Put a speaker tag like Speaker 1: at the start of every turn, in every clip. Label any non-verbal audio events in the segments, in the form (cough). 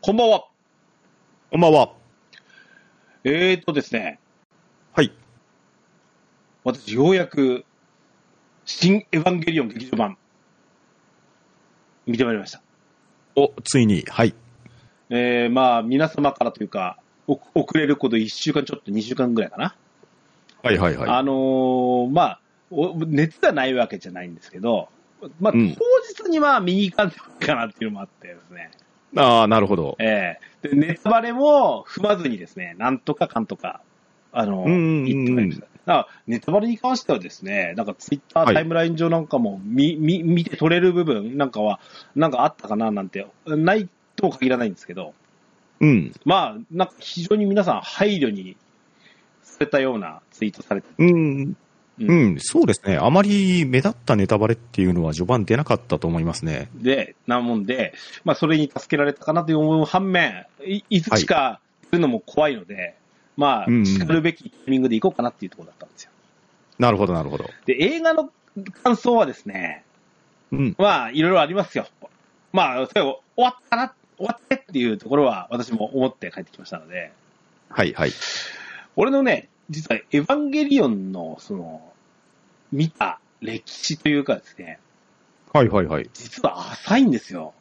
Speaker 1: こんばんは。
Speaker 2: こんばんは。
Speaker 1: えーとですね、
Speaker 2: はい。
Speaker 1: 私、ようやく、新エヴァンゲリオン劇場版、見てまいりました。
Speaker 2: お、ついに、はい。
Speaker 1: えー、まあ、皆様からというか、お遅れること1週間ちょっと2週間ぐらいかな。
Speaker 2: はいはいはい。
Speaker 1: あのーまあお、熱がないわけじゃないんですけど、まあ、当
Speaker 2: うん
Speaker 1: 日にまあ、見に行かんといいかなっていうのもあってですね、
Speaker 2: ああ、なるほど。
Speaker 1: えーで、ネタバレも踏まずにですね、なんとかかんとか、あの、
Speaker 2: うんうんうん
Speaker 1: 言ってまいりました。だからネタバレに関してはですね、なんかツイッタ
Speaker 2: は
Speaker 1: ー
Speaker 2: い
Speaker 1: タイムライン上なんかも見、見、見て取れる部分なんかは、なんかあったかななんて、ないとは限らないんですけど、
Speaker 2: うん。
Speaker 1: まあ、なんか非常に皆さん配慮にされたようなツイートされて、
Speaker 2: うん。
Speaker 1: うん
Speaker 2: うん、そうですね。あまり目立ったネタバレっていうのは序盤出なかったと思いますね。
Speaker 1: で、なもんで、まあ、それに助けられたかなという思う反面、いいつしかするのも怖いので、まあ、
Speaker 2: うんうん
Speaker 1: 叱るべきタイミングで行こうかなっていうところだったんですよ。
Speaker 2: なるほど、なるほど。
Speaker 1: で、映画の感想はですね、
Speaker 2: うん。
Speaker 1: まあ、いろいろありますよ。まあ、それを終わったな、終わってっていうところは私も思って帰ってきましたので、
Speaker 2: はいはい。
Speaker 1: 俺のね、実はエヴァンゲリオンの、その、見た歴史というかですね、
Speaker 2: はいはいはい。
Speaker 1: 実は浅いんですよ。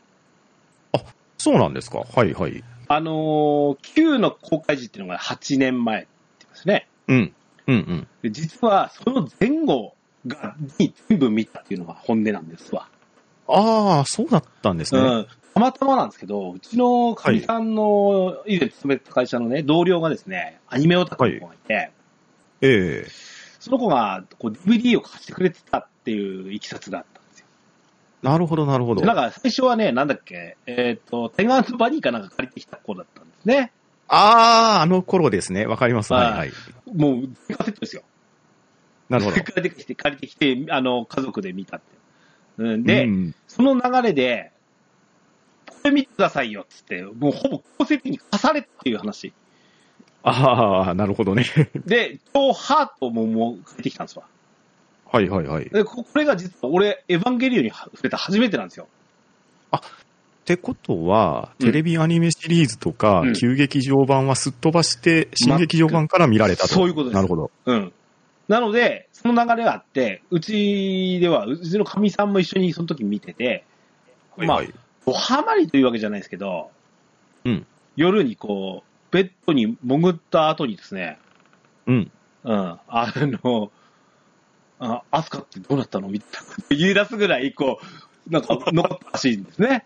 Speaker 2: そうなんですか。はいはい。
Speaker 1: あのー、Q の公開時っていうのが8年前って言いますね。
Speaker 2: うん。うんうん。
Speaker 1: で実は、その前後が、に全部見たっていうのが本音なんですわ。
Speaker 2: ああ、そうだったんです
Speaker 1: う
Speaker 2: ね。
Speaker 1: ん。たまたまなんですけど、うちのかみさんの、以前勤めてた会社のね、同僚がですね、アニメオタクの子がいて、
Speaker 2: ええ
Speaker 1: その子が、こう、DVD を貸してくれてたっていういきさつがあったんですよ。
Speaker 2: なるほど、なるほど。
Speaker 1: でなんか、最初はね、なんだっけ、えっ、と、テガーズバニーかなんか借りてきた子だったんですね。
Speaker 2: ああ、あの頃ですね。わかります。
Speaker 1: は
Speaker 2: はいいはい。
Speaker 1: もう、全カセットですよ。
Speaker 2: なる (laughs) ほど。
Speaker 1: (laughs) 借りてきて、借りてきて、あの、家族で見たって。うん、で、
Speaker 2: うん
Speaker 1: その流れで、これ見てくださいよっつって、もうほぼ強制的に貸されたっていう話。
Speaker 2: ああ、なるほどね。
Speaker 1: で、超ハートももう借りてきたんですわ。
Speaker 2: はいはいはい。
Speaker 1: で、ここれが実は俺、エヴァンゲリオンに触れた初めてなんですよ。
Speaker 2: ってことは、
Speaker 1: うん
Speaker 2: テレビアニメシリーズとか、
Speaker 1: うん
Speaker 2: 旧劇場版はすっ飛ばして、新劇場版から見られたと。
Speaker 1: そういうことです
Speaker 2: なるほど。
Speaker 1: うん。なので、その流れがあって、うちでは、うちのかみさんも一緒にその時見てて、まあ
Speaker 2: はいはい、
Speaker 1: おはまりというわけじゃないですけど、
Speaker 2: うん
Speaker 1: 夜にこう、ベッドに潜った後にですね、
Speaker 2: うん。
Speaker 1: うん、あの、あアスカってどうなったのみたいなこと言い出すぐらい、こう、なんか残ったらしいんですね。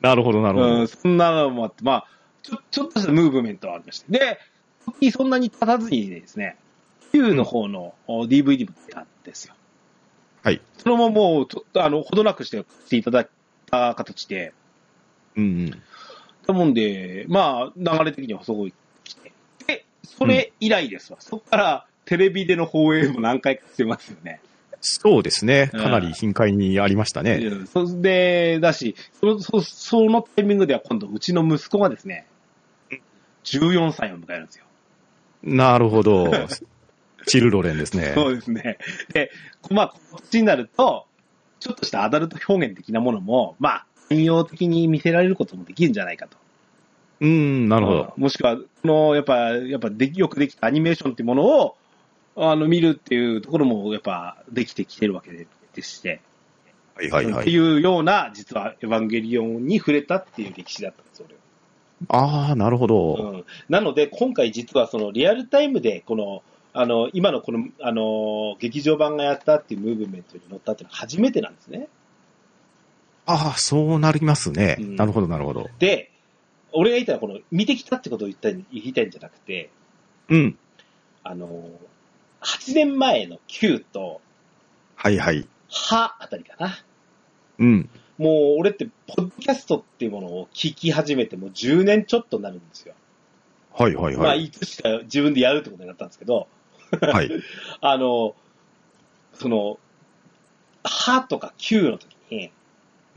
Speaker 2: なるほど、なるほ
Speaker 1: う
Speaker 2: ど
Speaker 1: ん、。そんなのもあって、まあ、ちょ、ちょっとしたムーブメントはありまして。で、時そんなに立たずにですね、Q の方のお DVD も出たんですよ。
Speaker 2: はい。
Speaker 1: そのままもう、ちょっとあの、ほどなくして買っていただいた形で、
Speaker 2: うんうん。
Speaker 1: だもんで、まあ、流れ的にはそこに来て。で、それ以来ですわ。そこから、テレビでの放映も何回かしてますよね。
Speaker 2: そうですね。
Speaker 1: うん
Speaker 2: かなり頻回にありましたね。
Speaker 1: うんそんで、だし、その、そそのタイミングでは今度、うちの息子がですね、14歳を迎えるんですよ。
Speaker 2: なるほ
Speaker 1: (laughs)
Speaker 2: ど。チルドレンですね。
Speaker 1: そうですね。で、こまあ、こっちになると、ちょっとしたアダルト表現的なものも、まあ、汎用的に見せられることもできるんじゃないかと。
Speaker 2: うん、なるほ
Speaker 1: うん
Speaker 2: ど。
Speaker 1: もしくは、この、やっぱ、やっぱでき、よくできたアニメーションっていうものを、あの、見るっていうところも、やっぱ、できてきてるわけででして、
Speaker 2: はいはいは
Speaker 1: って
Speaker 2: い。
Speaker 1: いうような、実は、エヴァンゲリオンに触れたっていう歴史だったんです、俺は
Speaker 2: ああ、なるほど。
Speaker 1: うん、なので、今回実はそのリアルタイムで、この、あの、今のこの、あの、劇場版がやったっていうムーブメントに乗ったっていうのは初めてなんですね。
Speaker 2: ああ、そうなりますね。
Speaker 1: うん
Speaker 2: なるほど、なるほど。
Speaker 1: で、俺が言ったらこの、見てきたってことを言ったい、言いたいんじゃなくて、
Speaker 2: うん。
Speaker 1: あの、8年前の Q と、
Speaker 2: はいはい。
Speaker 1: はあたりかな。
Speaker 2: うん。
Speaker 1: もう俺って、ポッドキャストっていうものを聞き始めてもう10年ちょっとになるんですよ。
Speaker 2: はいはい
Speaker 1: まあ、
Speaker 2: はい。
Speaker 1: いつしか自分でやるってことになったんですけど、
Speaker 2: はい。
Speaker 1: あの、その、はとか Q の時に、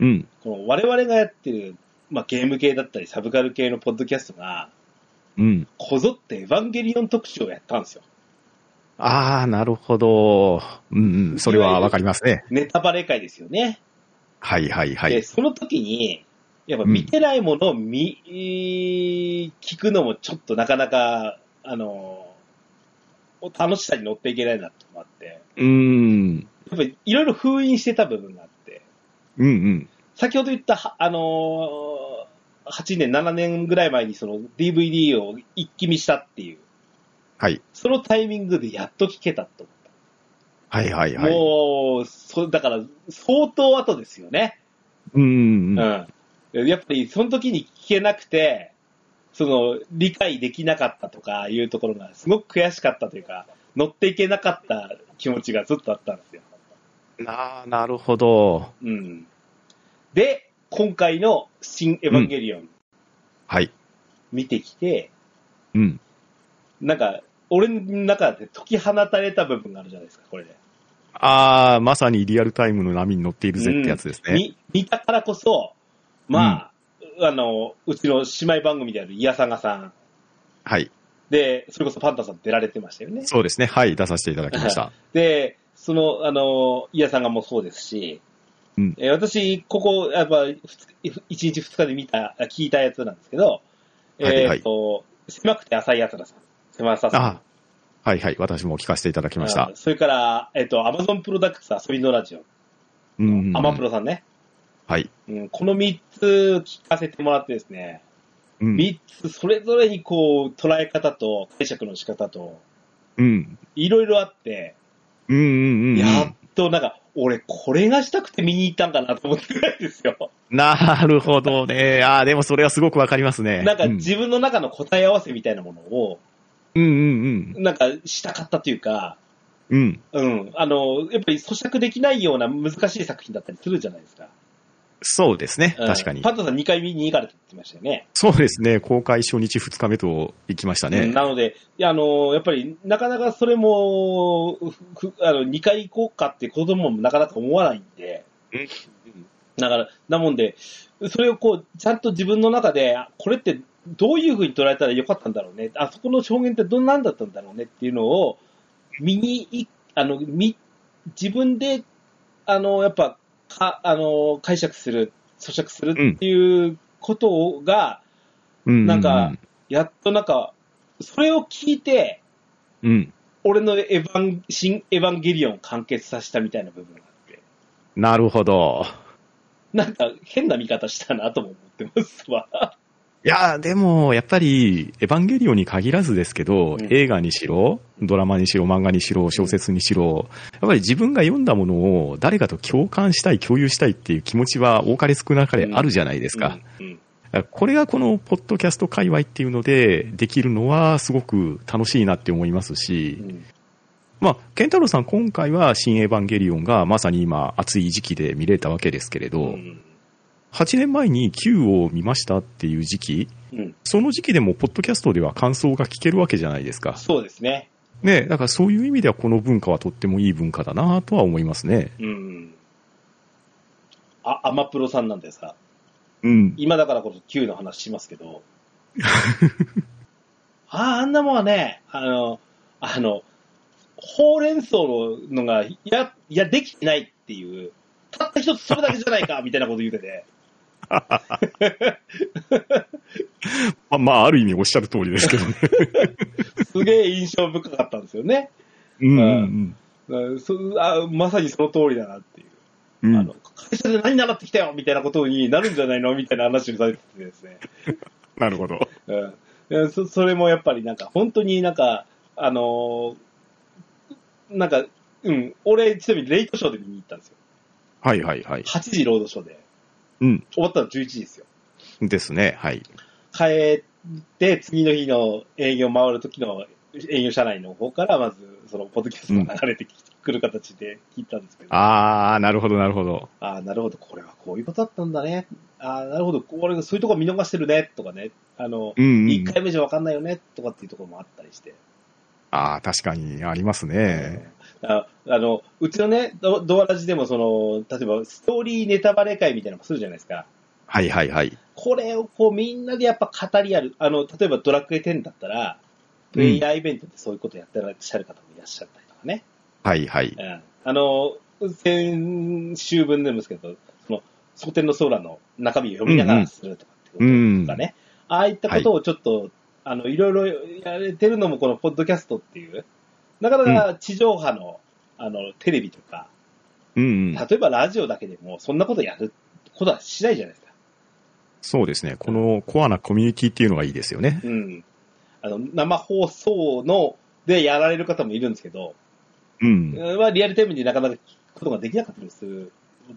Speaker 2: うん。
Speaker 1: この我々がやってる、まあ、ゲーム系だったり、サブカル系のポッドキャストが、
Speaker 2: うん。
Speaker 1: こぞってエヴァンゲリオン特集をやったんですよ。
Speaker 2: ああ、なるほど。うんうん。それはわかりますね。
Speaker 1: ネタバレ会ですよね。
Speaker 2: はいはいは
Speaker 1: で、
Speaker 2: い。
Speaker 1: その時に、やっぱ見てないものを見、聞くのもちょっとなかなか、あの、楽しさに乗っていけないなってのもあって、
Speaker 2: うーん。
Speaker 1: やっぱりいろいろ封印してた部分があって、
Speaker 2: うんうん。
Speaker 1: 先ほど言ったは、あのー、8年、7年ぐらい前にその DVD を一気見したっていう、
Speaker 2: はい。
Speaker 1: そのタイミングでやっと聞けたと思っ
Speaker 2: はいはい
Speaker 1: た。
Speaker 2: はい。
Speaker 1: もう、そだから、相当後ですよね。
Speaker 2: うんうんうん。
Speaker 1: うん。やっぱり、その時に聞けなくて、その、理解できなかったとかいうところが、すごく悔しかったというか、乗っていけなかった気持ちがずっとあったんですよ。
Speaker 2: ああ、なるほど。
Speaker 1: うん。で、今回の新エヴァンゲリオン
Speaker 2: はい。
Speaker 1: 見てきて、
Speaker 2: うん。
Speaker 1: なんか、俺の中で解き放たれた部分があるじゃないですか、これで。
Speaker 2: ああ、まさにリアルタイムの波に乗っているぜってやつですね。
Speaker 1: 見見たからこそ、まあ、あの、うちの姉妹番組であるイヤサガさん、
Speaker 2: はい。
Speaker 1: で、それこそパンタさん出られてましたよね。
Speaker 2: そうですね。はい。出させていただき
Speaker 1: (laughs)
Speaker 2: ました。
Speaker 1: で、その、あの、イヤさんがもそうですし、
Speaker 2: うん
Speaker 1: えー私、ここ、やっぱ、ふつ一日二日で見た、あ聞いたやつなんですけど、え
Speaker 2: はいはい
Speaker 1: ーっと、狭くて浅い奴らさん。狭ささん。
Speaker 2: あはいはい。私も聞かせていただきまし
Speaker 1: う
Speaker 2: た
Speaker 1: ん。それから、えーっと、アマゾンプロダクツ遊びのラジオ。
Speaker 2: うんうん。
Speaker 1: アマプロさんね。
Speaker 2: はい。
Speaker 1: うん、この三つ聞かせてもらってですね、
Speaker 2: うん。
Speaker 1: 三つそれぞれにこう、捉え方と解釈の仕方と、
Speaker 2: うん。
Speaker 1: いろいろあって、
Speaker 2: うんうんうん。
Speaker 1: やっとなんか、俺、これがしたくて見に行ったんかなと思ってぐらいですよ。
Speaker 2: なるほどね。ああ、でもそれはすごくわかりますね。
Speaker 1: なんか
Speaker 2: うん
Speaker 1: 自分の中の答え合わせみたいなものを、
Speaker 2: うんうん
Speaker 1: なんかしたかったというか、
Speaker 2: うん。うん。
Speaker 1: うん、あの、やっぱり咀嚼できないような難しい作品だったりするじゃないですか。
Speaker 2: そうですね。
Speaker 1: うん
Speaker 2: 確かに
Speaker 1: パ。ンタさん2回見に行かれてって言ってましたよね。
Speaker 2: そうですね。公開初日2日目と行きました
Speaker 1: う
Speaker 2: ね
Speaker 1: ん。なので、いやあの、やっぱりなかなかそれも、ふふあの2回行こうかって子供もなかなか思わないんで
Speaker 2: うん、
Speaker 1: だから、なもんで、それをこう、ちゃんと自分の中で、あこれってどういうふうに捉えたらよかったんだろうね、あそこの証言ってどんなんだったんだろうねっていうのを、見にい、あの、見、自分で、あの、やっぱ、か、あの、解釈する、咀嚼するっていうことが、
Speaker 2: うんうう
Speaker 1: なんか、やっとなんか、それを聞いて、
Speaker 2: うん。
Speaker 1: 俺のエヴァン、新エヴァンゲリオンを完結させたみたいな部分があって、
Speaker 2: なるほど。
Speaker 1: なんか変な見方したなとも思ってますわ。
Speaker 2: いやー、でも、やっぱり、エヴァンゲリオンに限らずですけど、
Speaker 1: うん
Speaker 2: 映画にしろ、ドラマにしろ、漫画にしろ、小説にしろ、やっぱり自分が読んだものを誰かと共感したい、共有したいっていう気持ちは多かれ少なかれあるじゃないですか。
Speaker 1: うん。うん
Speaker 2: これがこのポッドキャスト界隈っていうのでできるのはすごく楽しいなって思います
Speaker 1: う
Speaker 2: し、
Speaker 1: ん
Speaker 2: まあ、ケンタロウさん今回は新エヴァンゲリオンがまさに今暑い時期で見れたわけですけれ
Speaker 1: う
Speaker 2: ど、
Speaker 1: ん
Speaker 2: 8年前に Q を見ましたっていう時期、
Speaker 1: うん
Speaker 2: その時期でもポッドキャストでは感想が聞けるわけじゃないですか。
Speaker 1: そうですね。
Speaker 2: ね、だからそういう意味ではこの文化はとってもいい文化だなとは思いますね。
Speaker 1: うん。あ、アマプロさんなんでさ、
Speaker 2: うん。
Speaker 1: 今だからこそ Q の話しますけ
Speaker 2: (laughs)
Speaker 1: ど、ああ、あんなもんはね、あの、あの、ほうれん草のが、いや、いや、できてないっていう、たった一つそれだけじゃないか、みたいなこと言うてて、
Speaker 2: まあ、まあ、ある意味おっしゃる通りですけ
Speaker 1: (laughs)
Speaker 2: どね。
Speaker 1: すげえ印象深かったんですよね。
Speaker 2: うんうん
Speaker 1: うんそあまさにその通りだなっていう。
Speaker 2: うん。う
Speaker 1: あ
Speaker 2: ん
Speaker 1: の、会社で何習ってきたよみたいなことになるんじゃないのみたいな話をされててですね。
Speaker 2: なるほど。
Speaker 1: うんえーそそれもやっぱりなんか、本当になんか、あのーなんか、うん、俺、ちなみにレイトショーで見に行ったんですよ。
Speaker 2: はいはいはい。
Speaker 1: 8時ロードショーで。
Speaker 2: うん。
Speaker 1: 終わったの11時ですよ。
Speaker 2: ですね。はい。
Speaker 1: 帰って、次の日の営業回る時の営業社内の方から、まず、その、ポッドキャストが流れてきてくる形で聞いたんですけど、あ
Speaker 2: あー、なるほど、なるほど。
Speaker 1: あー、なるほど、これはこういうことだったんだね。ああ、なるほど、これ、そういうとこ見逃してるね、とかね。あの、
Speaker 2: うん、
Speaker 1: 一1回目じゃわかんないよね、とかっていうところもあったりして。
Speaker 2: あー、確かにありますね。
Speaker 1: ああのうちのね、ドドアラジでもその、例えばストーリーネタバレ会みたいなのもするじゃないですか。
Speaker 2: はいはいはい。
Speaker 1: これをこうみんなでやっぱ語り合う。あの、例えばドラクエ10だったら、プレイヤーイベントでそういうことやってらっしゃる方もいらっしゃったりとかね。
Speaker 2: はいはい。
Speaker 1: うん、あの、先週分でもですけど、その、蒼天の空の中身を読みながらするとかってこと
Speaker 2: うん
Speaker 1: とか。ね。ああいったことをちょっと、あの、いろいろやれてるのもこのポッドキャストっていう、なかなか地上波の、あの、テレビとか、
Speaker 2: うんうん。
Speaker 1: 例えばラジオだけでもそんなことやることはしないじゃないですか。
Speaker 2: そうですね。このコアなコミュニティっていうのがいいですよね。
Speaker 1: うん。あの、生放送の、でやられる方もいるんですけど、
Speaker 2: うん。
Speaker 1: は、リアルタイムになかなか聞くことができなかったりする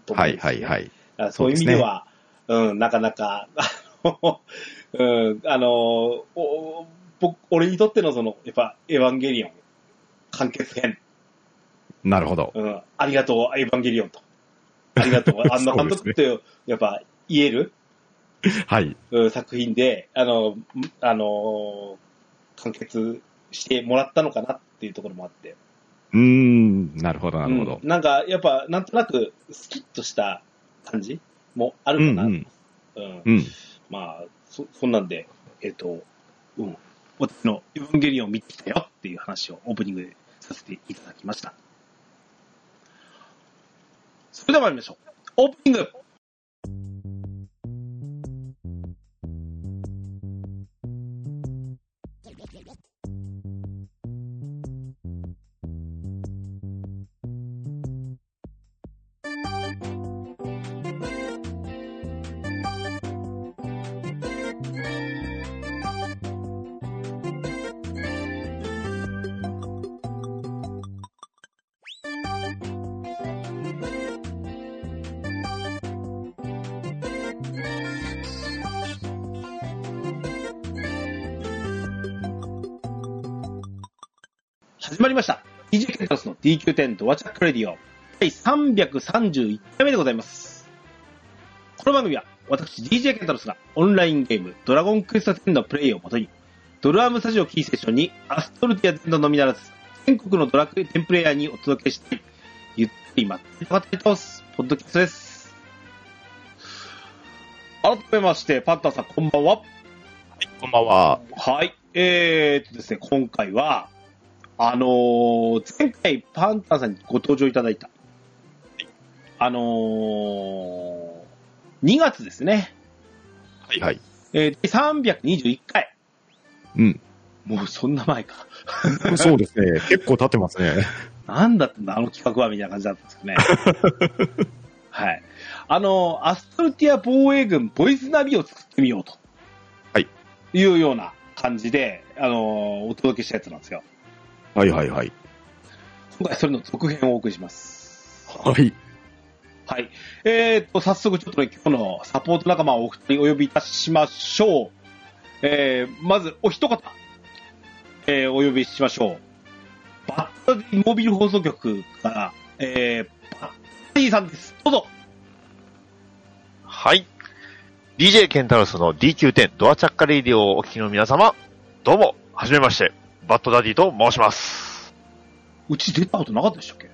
Speaker 1: と思
Speaker 2: は
Speaker 1: うん
Speaker 2: い
Speaker 1: ですよ
Speaker 2: はい
Speaker 1: ね
Speaker 2: はい。
Speaker 1: あそういう意味では、うん、なかなか、あの、 (laughs) うん、あの、お僕、俺にとってのその、やっぱ、エヴァンゲリオン、完結編、
Speaker 2: なるほど。
Speaker 1: うん、ありがとう、エヴァンゲリオンと。ありがとう、あの監督って、やっぱ、言える、
Speaker 2: はい。
Speaker 1: うん作品で、あの、あの、完結してもらったのかなっていうところもあって。
Speaker 2: うーん。なるほど、なるほど
Speaker 1: う。んなんか、やっぱ、なんとなく、スキッとした感じもあ
Speaker 2: う
Speaker 1: る
Speaker 2: ん
Speaker 1: か
Speaker 2: う
Speaker 1: な。
Speaker 2: ん。
Speaker 1: うん
Speaker 2: うん。
Speaker 1: まあ、そ、そんなんで、えっ、と、うん、私のエヴァンゲリオンを見てきたよっていう話をオープニングでさせていただきました。それでは参りましょう。オープニング始まりました。DJ ケンタロスの DQ10 ドアチャックレディオ第331回目でございます。この番組は私 DJ ケンタロスがオンラインゲームドラゴンクエスト10のプレイをもとにドラムスタジオキーセッションにアストルティア全土のみならず全国のドラクエ10プレイヤーにお届けしてゆったりまったり語り倒すポッドキャストです。改めましてパンタンさんこんばんは。
Speaker 2: こんばんは。
Speaker 1: はい。えー、っとですね、今回は、あのー前回パンタンさんにご登場いただいた、あのー、2月ですね、
Speaker 2: はいはい。
Speaker 1: えー、第321回。
Speaker 2: うん。
Speaker 1: もうそんな前か。
Speaker 2: そうですね。結構経ってますね。
Speaker 1: なんだったんだ、あの企画は、みたいな感じだったんですけどね。
Speaker 2: (laughs)
Speaker 1: はい。あのーアストルティア防衛軍ボイスナビを作ってみようと。
Speaker 2: はい。
Speaker 1: いうような感じで、あのーお届けしたやつなんですよ。
Speaker 2: はいはいはい。
Speaker 1: 今回それの続編をお送りします。
Speaker 2: はい。
Speaker 1: はい。えー、っと、早速ちょっとね、今日のサポート仲間をお二人お呼びいたしましょう。えー、まずお一方、えー、お呼びしましょう。バッタディモビル放送局から、えー、バッタディさんです。どうぞ。
Speaker 3: はい。DJ ケンタロスの DQ10 ドアチャッカレイディオをお聞きの皆様、どうも、はじめまして、バッドダディと申します。
Speaker 1: うち出たことなかったでしたっけ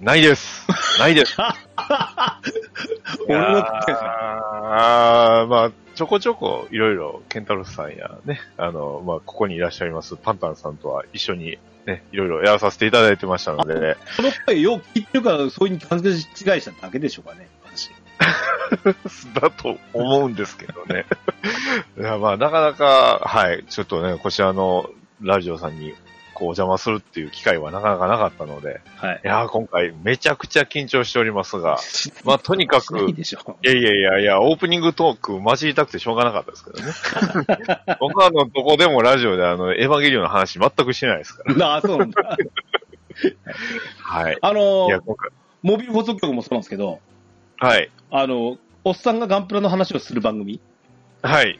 Speaker 3: ないです。ないです。
Speaker 1: 俺の
Speaker 3: いやーあーまあ、ちょこちょこ、いろいろ、ケンタロスさんやね、あの、まあ、ここにいらっしゃいます、パンタンさんとは一緒に、ね、いろいろやらさせていただいてましたので、
Speaker 1: その声よく聞いてるから、そういうふうに勘違いしただけでしょうかね、私。
Speaker 3: (laughs) だと思うんですけどね。 (laughs) いや、まあ、なかなか、はい、ちょっとね、こちらのラジオさんに、こう、お邪魔するっていう機会はなかなかなかったので、
Speaker 1: はい。
Speaker 3: いやー、今回めちゃくちゃ緊張しておりますが、まあ、とにかく、
Speaker 1: いい
Speaker 3: い
Speaker 1: でしょう。
Speaker 3: やいやいやいや、オープニングトーク交じりたくてしょうがなかったですけどね。 (laughs) 僕はあの、どこでもラジオであの、エヴァンゲリオンの話全くしてないですから。
Speaker 1: なあ、そう (laughs) なんだ。
Speaker 3: はい。
Speaker 1: あの
Speaker 3: いや、
Speaker 1: ー、
Speaker 3: 今回、
Speaker 1: モビル放送局もそうなんですけど、
Speaker 3: はい。
Speaker 1: あの、おっさんがガンプラの話をする番組、
Speaker 3: はい。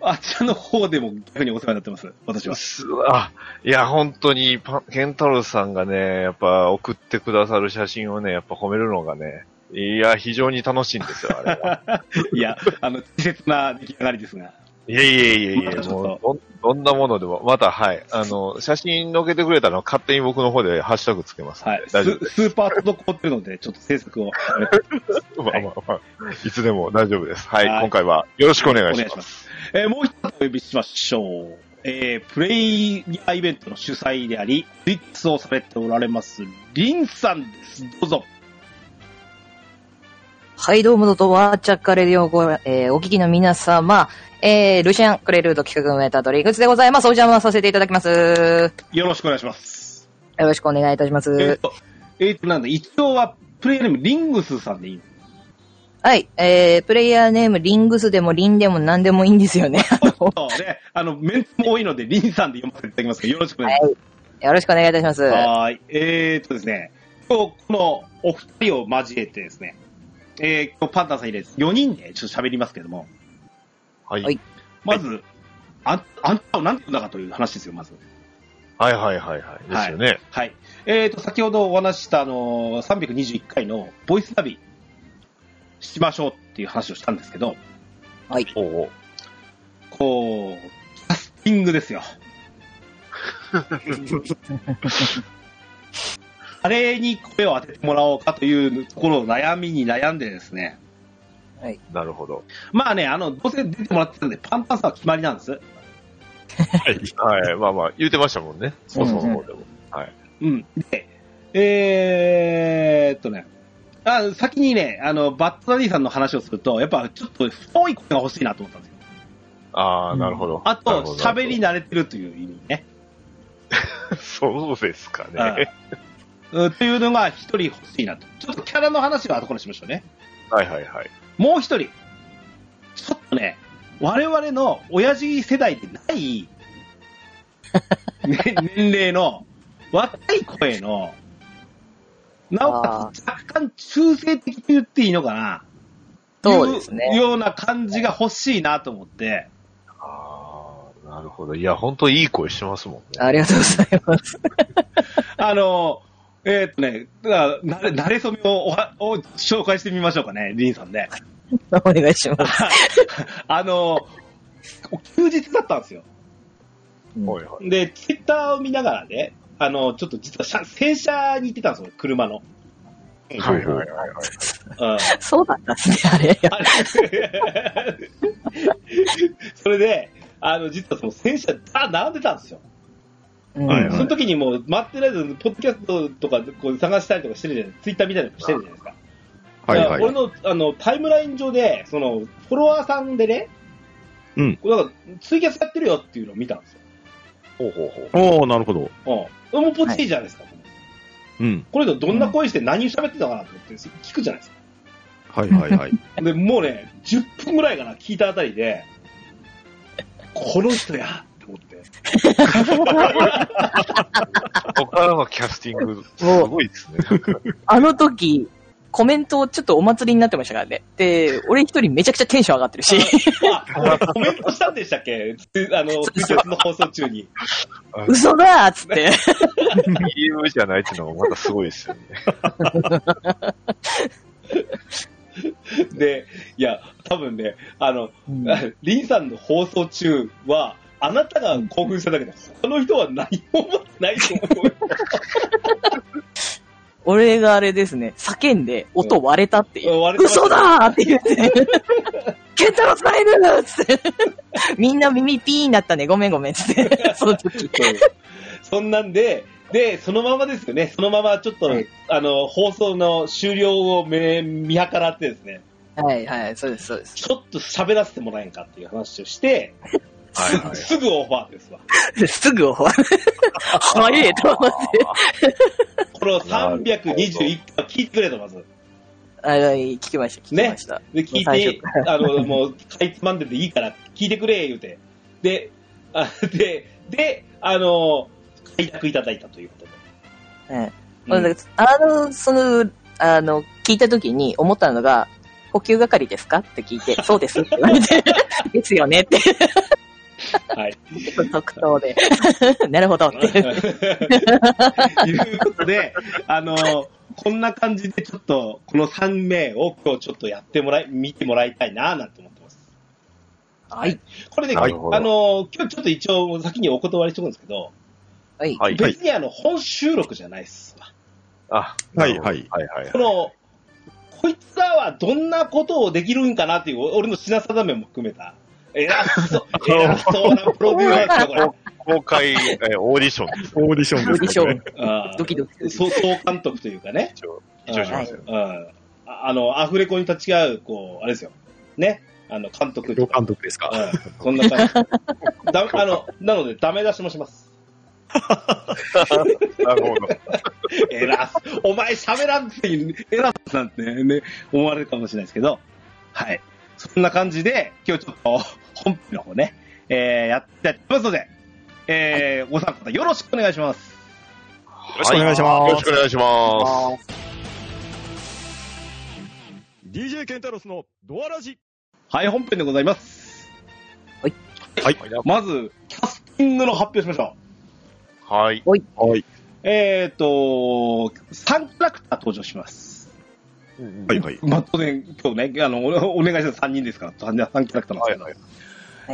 Speaker 1: あちらの方でも逆にお世話になってます、私は。
Speaker 3: すあ、いや、本当にパン、ケンタロウさんがね、やっぱ送ってくださる写真をね、やっぱ褒めるのがね、いや、非常に楽しいんですよ、あれは。
Speaker 1: いや、あの、稚拙な出来上がりですが。
Speaker 3: いやいやいやい
Speaker 1: また
Speaker 3: や、
Speaker 1: ちょっと
Speaker 3: もうどん、どんなものでも、また、はい、あの、写真載っけてくれたの勝手に僕の方でハッシュタグつけますんで。
Speaker 1: はい。ス
Speaker 3: 大丈夫
Speaker 1: スーパー滞ってるので、ちょっと制作を始めて
Speaker 3: まあまあまあ、いつでも大丈夫です。はい、
Speaker 1: はい
Speaker 3: 今回はよろしくお
Speaker 1: お
Speaker 3: 願いし
Speaker 1: 願い
Speaker 3: ま
Speaker 1: し
Speaker 3: す。
Speaker 1: ます。えーもう一つお呼びしましょう。えープレイヤーイベントの主催であり、ツイッツをされておられます、リンさんです。どうぞ。
Speaker 4: はい、どうもどうも、わーちゃかレディオご、えー、お聞きの皆様、えー、ルシアンクレルード企画運営たドリングツでございます。お邪魔させていただきます。
Speaker 1: よろしくお願いします。
Speaker 4: よろしくお願いいたしま
Speaker 1: えっ
Speaker 4: す。
Speaker 1: と、えっと、なんだ、一応は、プレイネーム、リングスさんでいいの
Speaker 4: はい、えー、プレイヤーネーム、リングスでもリンでも何でもいいんですよね。 (laughs) あの
Speaker 1: そうね。あの、メンツも多いので、リンさんで読ませていただきますから、よろしくお願いし
Speaker 4: よろしくお願いいたします。
Speaker 1: ます。
Speaker 4: は
Speaker 1: はーい。えー、っとですね、今日、このお二人を交えてですね、えー、今日パンダさん入れです。4人でちょっと喋りますけども、
Speaker 5: はい。
Speaker 4: はい
Speaker 1: まず、ああんたを何て言うんだかという話ですよ、まず。
Speaker 5: はいはいはいはい。ですよね。
Speaker 1: はい。えー、と、先ほどお話しした、あのー、321回のボイスナビしましょうっていう話をしたんですけど、
Speaker 4: い。
Speaker 5: おうおう
Speaker 1: こう、キャスティングです
Speaker 4: (laughs)
Speaker 1: よ。 (laughs) あれに声を当ててもらおうかというところを悩みに悩んでですね。
Speaker 5: なるほど。
Speaker 1: まあね、あの、どうせ出てもらってたんで、パンパンさんは決まりなんです。
Speaker 5: はい。はい。まあまあ、言うてましたもんね。そうそうそう。でも。
Speaker 1: うん。で、えーっとね、あ先にね、あの、バッドダディさんの話をすると、やっぱちょっと太い声が欲しいなと思ったんですよ。
Speaker 5: ああ、なるほど。
Speaker 1: あ
Speaker 5: なる
Speaker 1: と
Speaker 5: ほ、ど
Speaker 1: 喋り。慣れてるという意味ね。
Speaker 5: そうですかね。
Speaker 1: うんうんというのが一人欲しいなと。ちょっとキャラの話は後からしましょうね。
Speaker 5: はいはいはい。
Speaker 1: もう一人、ちょっとね、我々の親父世代でない、
Speaker 4: (laughs)
Speaker 1: ね、年齢の若い声の、なおかつ若干中性的と言っていいのかな
Speaker 4: そうですね
Speaker 1: いうような感じが欲しいなと思って、
Speaker 5: ああ、なるほど。いや、本当いい声してますもんね。
Speaker 4: ありがとうございます。
Speaker 1: あの、えーっとね、だから慣れ、慣れ初めをおはを紹介してみましょうかね、リンさん
Speaker 4: (laughs)
Speaker 1: で。
Speaker 4: お願いします。
Speaker 1: あの、休日だったんですよ。
Speaker 5: はいはい。
Speaker 1: で、ツイッターを見ながらね、あの、ちょっと実は車、洗車に行ってたんですよ、車の。
Speaker 5: はいはいはいはい。
Speaker 1: うん。 (laughs)
Speaker 4: そうだったんですね、あれ。
Speaker 1: あれそれで、あの、実はその洗車、あ、並んでたんですよ。
Speaker 4: うん
Speaker 5: はいはい
Speaker 1: その時にもう、待ってる間、ポッドキャストとかこう探したりとかしてるじゃないツイッターみたいなことしてるじゃないですか。
Speaker 2: はい
Speaker 1: だから俺
Speaker 2: はい。
Speaker 1: のあのタイムライン上で、そのフォロワーさんでね、
Speaker 2: うん
Speaker 1: こなんかツイキャスやってるよっていうのを見たんですよ。
Speaker 5: ほうほうほう。
Speaker 2: おー、なるほど。
Speaker 1: うん。もうポチいいじゃないですか。
Speaker 2: うん。
Speaker 1: これ人どんな声して何を喋ってたかなと思って聞くじゃないです
Speaker 2: はいはいはい。
Speaker 1: か。で、もうね、10分ぐらいかな、聞いたあたりで、この人やって思って。
Speaker 5: ここからのキャスティング、すごいですね。なんか
Speaker 4: あの時、コメントちょっとお祭りになってましたからね。で、俺一人めちゃくちゃテンション上がってるし。
Speaker 1: あ、俺コメントしたんでしたっけつあの、ツイキャスの放送中に。
Speaker 4: 嘘だーっつって。
Speaker 5: DM じゃないっていうのがまたすごいですよね。
Speaker 1: で、いや、多分ね、あの、リンさんの放送中は、あなたが興奮しただけで、他の人は何も思ってないと思う。
Speaker 4: 俺があれですね、叫んで音割れたっていう。
Speaker 1: 割れてました
Speaker 4: 嘘だーって言って。ケンタロスライドーっつって。みんな耳ピーになったね。ごめんごめんっつ
Speaker 1: (laughs)
Speaker 4: って。その時。
Speaker 1: そんなんで、で、そのままですよね。そのままちょっと、
Speaker 4: はい
Speaker 1: あの、放送の終了をめ見計らってですね、
Speaker 4: はいはい、そうですそうです。
Speaker 1: ちょっと喋らせてもらえんかっていう話をして、
Speaker 5: はいはい。
Speaker 1: (laughs) すぐオファーですわ。
Speaker 4: すぐ終わる。早いと思って。
Speaker 1: この321回聞いてくれと、まず。
Speaker 4: あ聞きました、聞きました。
Speaker 1: で、聞い
Speaker 4: 最初
Speaker 1: て、あの、もう、かいつまんでていいから、聞いてくれ、言うて。で、あで、で、あの、開拓いただいたということで。
Speaker 4: ええ
Speaker 1: うん
Speaker 4: あの、その、あの、聞いた時に思ったのが、補給係ですかって聞いて、そうですって言われ
Speaker 1: (laughs)
Speaker 4: て、ですよねって、
Speaker 1: はい。
Speaker 4: (laughs) 即答で、 (laughs) なるほどって。
Speaker 1: ということで、あの、こんな感じでちょっと、この3名を今日ちょっとやってもらい、見てもらいたいな、なんて思ってます。
Speaker 4: はい。
Speaker 1: これね、
Speaker 5: な
Speaker 1: あ
Speaker 5: るほど
Speaker 1: の、今日ちょっと一応先にお断りしておくんですけど、
Speaker 4: はい。
Speaker 5: はい。
Speaker 1: 別にあの、本収録じゃないっすわ。
Speaker 5: あ、
Speaker 2: はいはい
Speaker 5: はいはい。
Speaker 1: この、こいつらはどんなことをできるんかなっていう、俺の品定めも含めた。偉そう、
Speaker 5: (laughs)
Speaker 1: 偉そうなプロデューサーですよ、こ
Speaker 5: 公開、えーオーディションですね、
Speaker 2: オーディションですね。
Speaker 4: オーディション
Speaker 1: れ。あ
Speaker 4: ドキドキ。
Speaker 1: ー総総監督というかね。
Speaker 5: 一応、一応しますよ。
Speaker 1: うんああの、アフレコに立ち会う、こう、あれですよ。ね。あの、監督
Speaker 2: 両。監督ですか。
Speaker 1: うんそんな感じ。だあの、なので、ダメ出しもします。
Speaker 5: なるほど。
Speaker 1: えらす。お前喋らんっていう、えらすなんてね、思われるかもしれないですけど、はい。そんな感じで、今日ちょっと、本編の方ね、えー、やってやりますので、えー、ご参加よろしくお願いします。
Speaker 5: よ
Speaker 2: ろしくお願いします
Speaker 5: よろしくお願いします。
Speaker 2: DJ ケンタロスのドアラジ。
Speaker 1: はい、本編でございます。
Speaker 5: はい。
Speaker 1: まず、キャスティングの発表しましょう。
Speaker 5: はい。
Speaker 2: はい。
Speaker 1: えーと、3キャラクター登場します。
Speaker 2: はいはい。
Speaker 1: まあ、当然、今日ね、あの、おお願いした3人ですから、3, 3キャラクターなんですけど。
Speaker 5: はい
Speaker 4: はい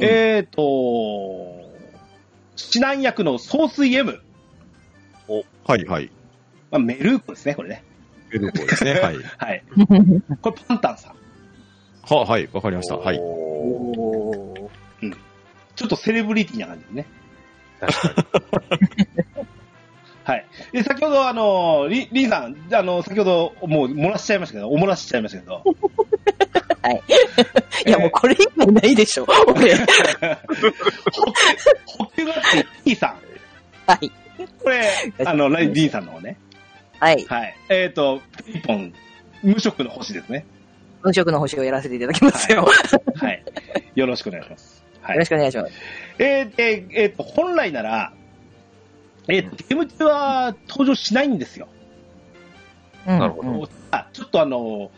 Speaker 1: えーと、指南役の総水 M、
Speaker 2: はいはい。
Speaker 1: まあ、メルーコですね、これね。
Speaker 2: ベルコーですね。はい。
Speaker 1: はい。
Speaker 4: うん
Speaker 1: これパンタンさん。
Speaker 2: は、はい。わかりました。はい。
Speaker 5: おー
Speaker 1: うん。ちょっとセレブリティな感じですね。
Speaker 5: 確か
Speaker 1: はい。で、先ほど、あの、リリンさん、あの、先ほど、もう漏らしちゃいましたけど、お漏らしちゃいましたけど。
Speaker 4: いや、もうこれ以外ないでしょ。俺。
Speaker 1: 補給があって、T さん。
Speaker 4: はい。
Speaker 1: こ
Speaker 4: (laughs)
Speaker 1: れ、あの、ライディーンさんの方ね。
Speaker 4: はい。
Speaker 1: はい。えっ、ー、と、ピンポン、無職の星ですね。
Speaker 4: 無色の星をやらせていただきますよ。
Speaker 1: はい。よろしくお願いします。は
Speaker 4: よろ
Speaker 1: い
Speaker 4: し。くお願いします。
Speaker 1: えー、で、えっ、と、本来なら、えっ、と、ゲーム中は登場しないんですよ。
Speaker 4: うん
Speaker 5: なるほど
Speaker 4: うん
Speaker 1: あちょっとあの、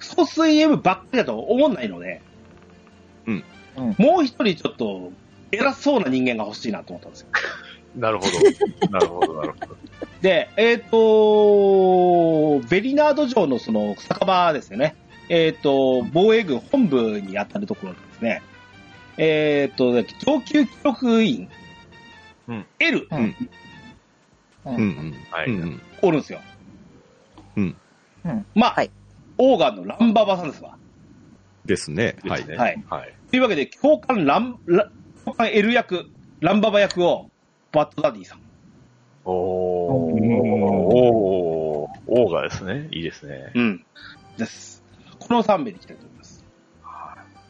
Speaker 1: 総水 M ばっかりだと思わないので、
Speaker 2: うん
Speaker 4: うん
Speaker 1: もう一人ちょっと、偉そうな人間が欲しいなと思ったんですよ。
Speaker 5: になるほど。なるほど、なるほど。
Speaker 1: で、えっ、と、ベリナード城のその酒場ですよね。えっ、と、防衛軍本部にあたるところですね。えっ、と、上級記録員、
Speaker 5: うん
Speaker 1: L
Speaker 4: う
Speaker 2: うんうん。
Speaker 5: はい
Speaker 2: うんうん。
Speaker 1: おるんですよ。
Speaker 2: うん
Speaker 4: うん
Speaker 1: まあ、
Speaker 4: はい
Speaker 1: オーガンのランババさんですわ。
Speaker 2: ですね。は
Speaker 5: で
Speaker 2: い
Speaker 5: す。ね
Speaker 1: はい。
Speaker 5: はい。
Speaker 1: というわけで、教官ラン、ラ教官 L 役、ランババ役を、バッドダディさん。
Speaker 5: お
Speaker 2: う
Speaker 5: お
Speaker 2: ん
Speaker 5: おーオーガですね。いいですね。
Speaker 1: うん。です。この3名でいきたいと思います。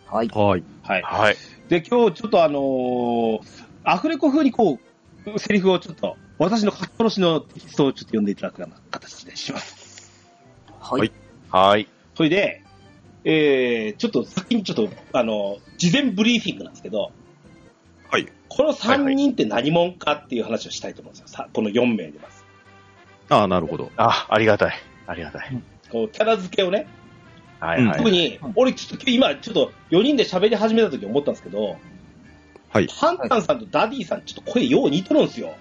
Speaker 4: はい。
Speaker 2: はい。
Speaker 1: はい。
Speaker 5: はい。
Speaker 1: で、今日ちょっとあのーアフレコ風にこう、セリフをちょっと、私の書き殺しのテキストをちょっと読んでいただくような形でします。
Speaker 4: はい。
Speaker 5: はい。
Speaker 1: それで、えー、ちょっと先にちょっと、あのー事前ブリーフィングなんですけど、
Speaker 2: はい。
Speaker 1: この
Speaker 5: はいは
Speaker 1: 3
Speaker 5: い
Speaker 1: 人って何者かっていう話をしたいと思うんですよ。さこの4名でます。
Speaker 2: ああ、なるほど。
Speaker 5: あ、ありがたい。ありがたい。
Speaker 1: こう、キャラ付けをね、
Speaker 5: はいはい。
Speaker 1: 特に、俺ちょっと今、ちょっと4人で喋り始めた時思ったんですけど、
Speaker 2: はい。
Speaker 1: パンタンさんとダディさん、ちょっと声よう似とるんですよ。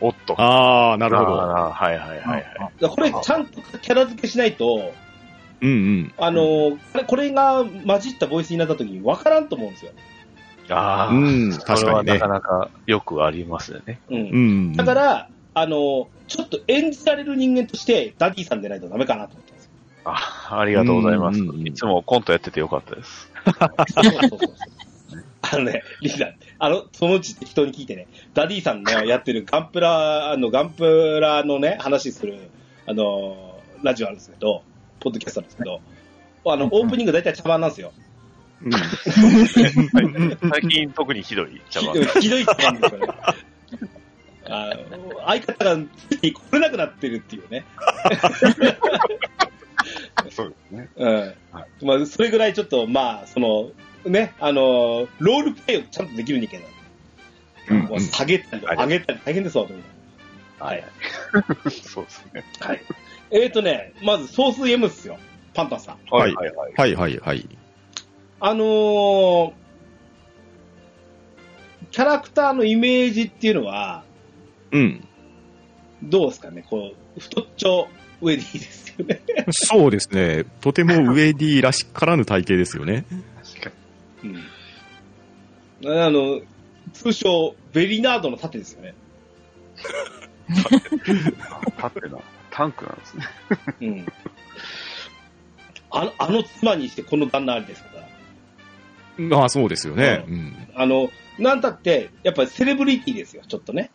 Speaker 5: おっと。
Speaker 2: ああ、なるほ
Speaker 5: あー
Speaker 2: ど。
Speaker 5: なはいはいはいはい。
Speaker 1: だからこれ、ちゃんとキャラ付けしないと、
Speaker 2: うんうん。
Speaker 1: あのーこれこれが混じったボイスになった時に分からんと思うんですよ。
Speaker 5: ああ、
Speaker 2: うん確
Speaker 5: それ
Speaker 2: か
Speaker 5: は
Speaker 2: にね
Speaker 5: なかなかよくありますよね。
Speaker 1: う。
Speaker 2: うんん。
Speaker 1: だか、ら、あのーちょっと演じられる人間として、ダディさんでないとダメかなと思ったんですよ。
Speaker 5: あ、ありがとうございます。
Speaker 2: うんうんうん
Speaker 5: いつもコントやっててよかった
Speaker 2: (laughs)
Speaker 5: です。
Speaker 1: そうそうそうそう。あのね、リーダー、あの、そのうち適当に聞いてね、ダディさんのやってるガンプラ、あの、ガンプラのね、話する、あのーラジオあるんですけど、ポッドキャストあるんですけど、あの、オープニング大体茶番なんですよ。
Speaker 2: うん、
Speaker 5: 最近特にひどい茶
Speaker 1: ひ
Speaker 5: 番。
Speaker 1: ひどいってなんですよね。あの相方がついてこれなくなってるっていうね。
Speaker 5: そうですね。
Speaker 1: うん。
Speaker 5: は
Speaker 1: まあ、それぐらいちょっと、まあ、その、ね、あの、ロールプレイをちゃんとできる人間なんで
Speaker 2: うん
Speaker 1: もう下げたり、上げたり大変ですわ、と思うはい。
Speaker 5: そうですね。
Speaker 1: はい。えーとね、まず、総数 M っすよ。パンタンさん。
Speaker 2: はい
Speaker 5: はいはい。
Speaker 2: はいはいはい。
Speaker 1: あのーキャラクターのイメージっていうのは、
Speaker 2: うん。
Speaker 1: どうですかね、こう、太っちょウェディですよね。
Speaker 2: そうですね。とてもウェディらしからぬ体型ですよね。
Speaker 1: うん。あの、通称、ベリナードの盾ですよね。
Speaker 5: 立ってな。タンクなんですね。
Speaker 1: うん。あの、あの妻にしてこの旦那ありですから。
Speaker 2: ああ、そうですよね。うん。
Speaker 1: あの、なんたって、やっぱりセレブリティですよ、ちょっとね。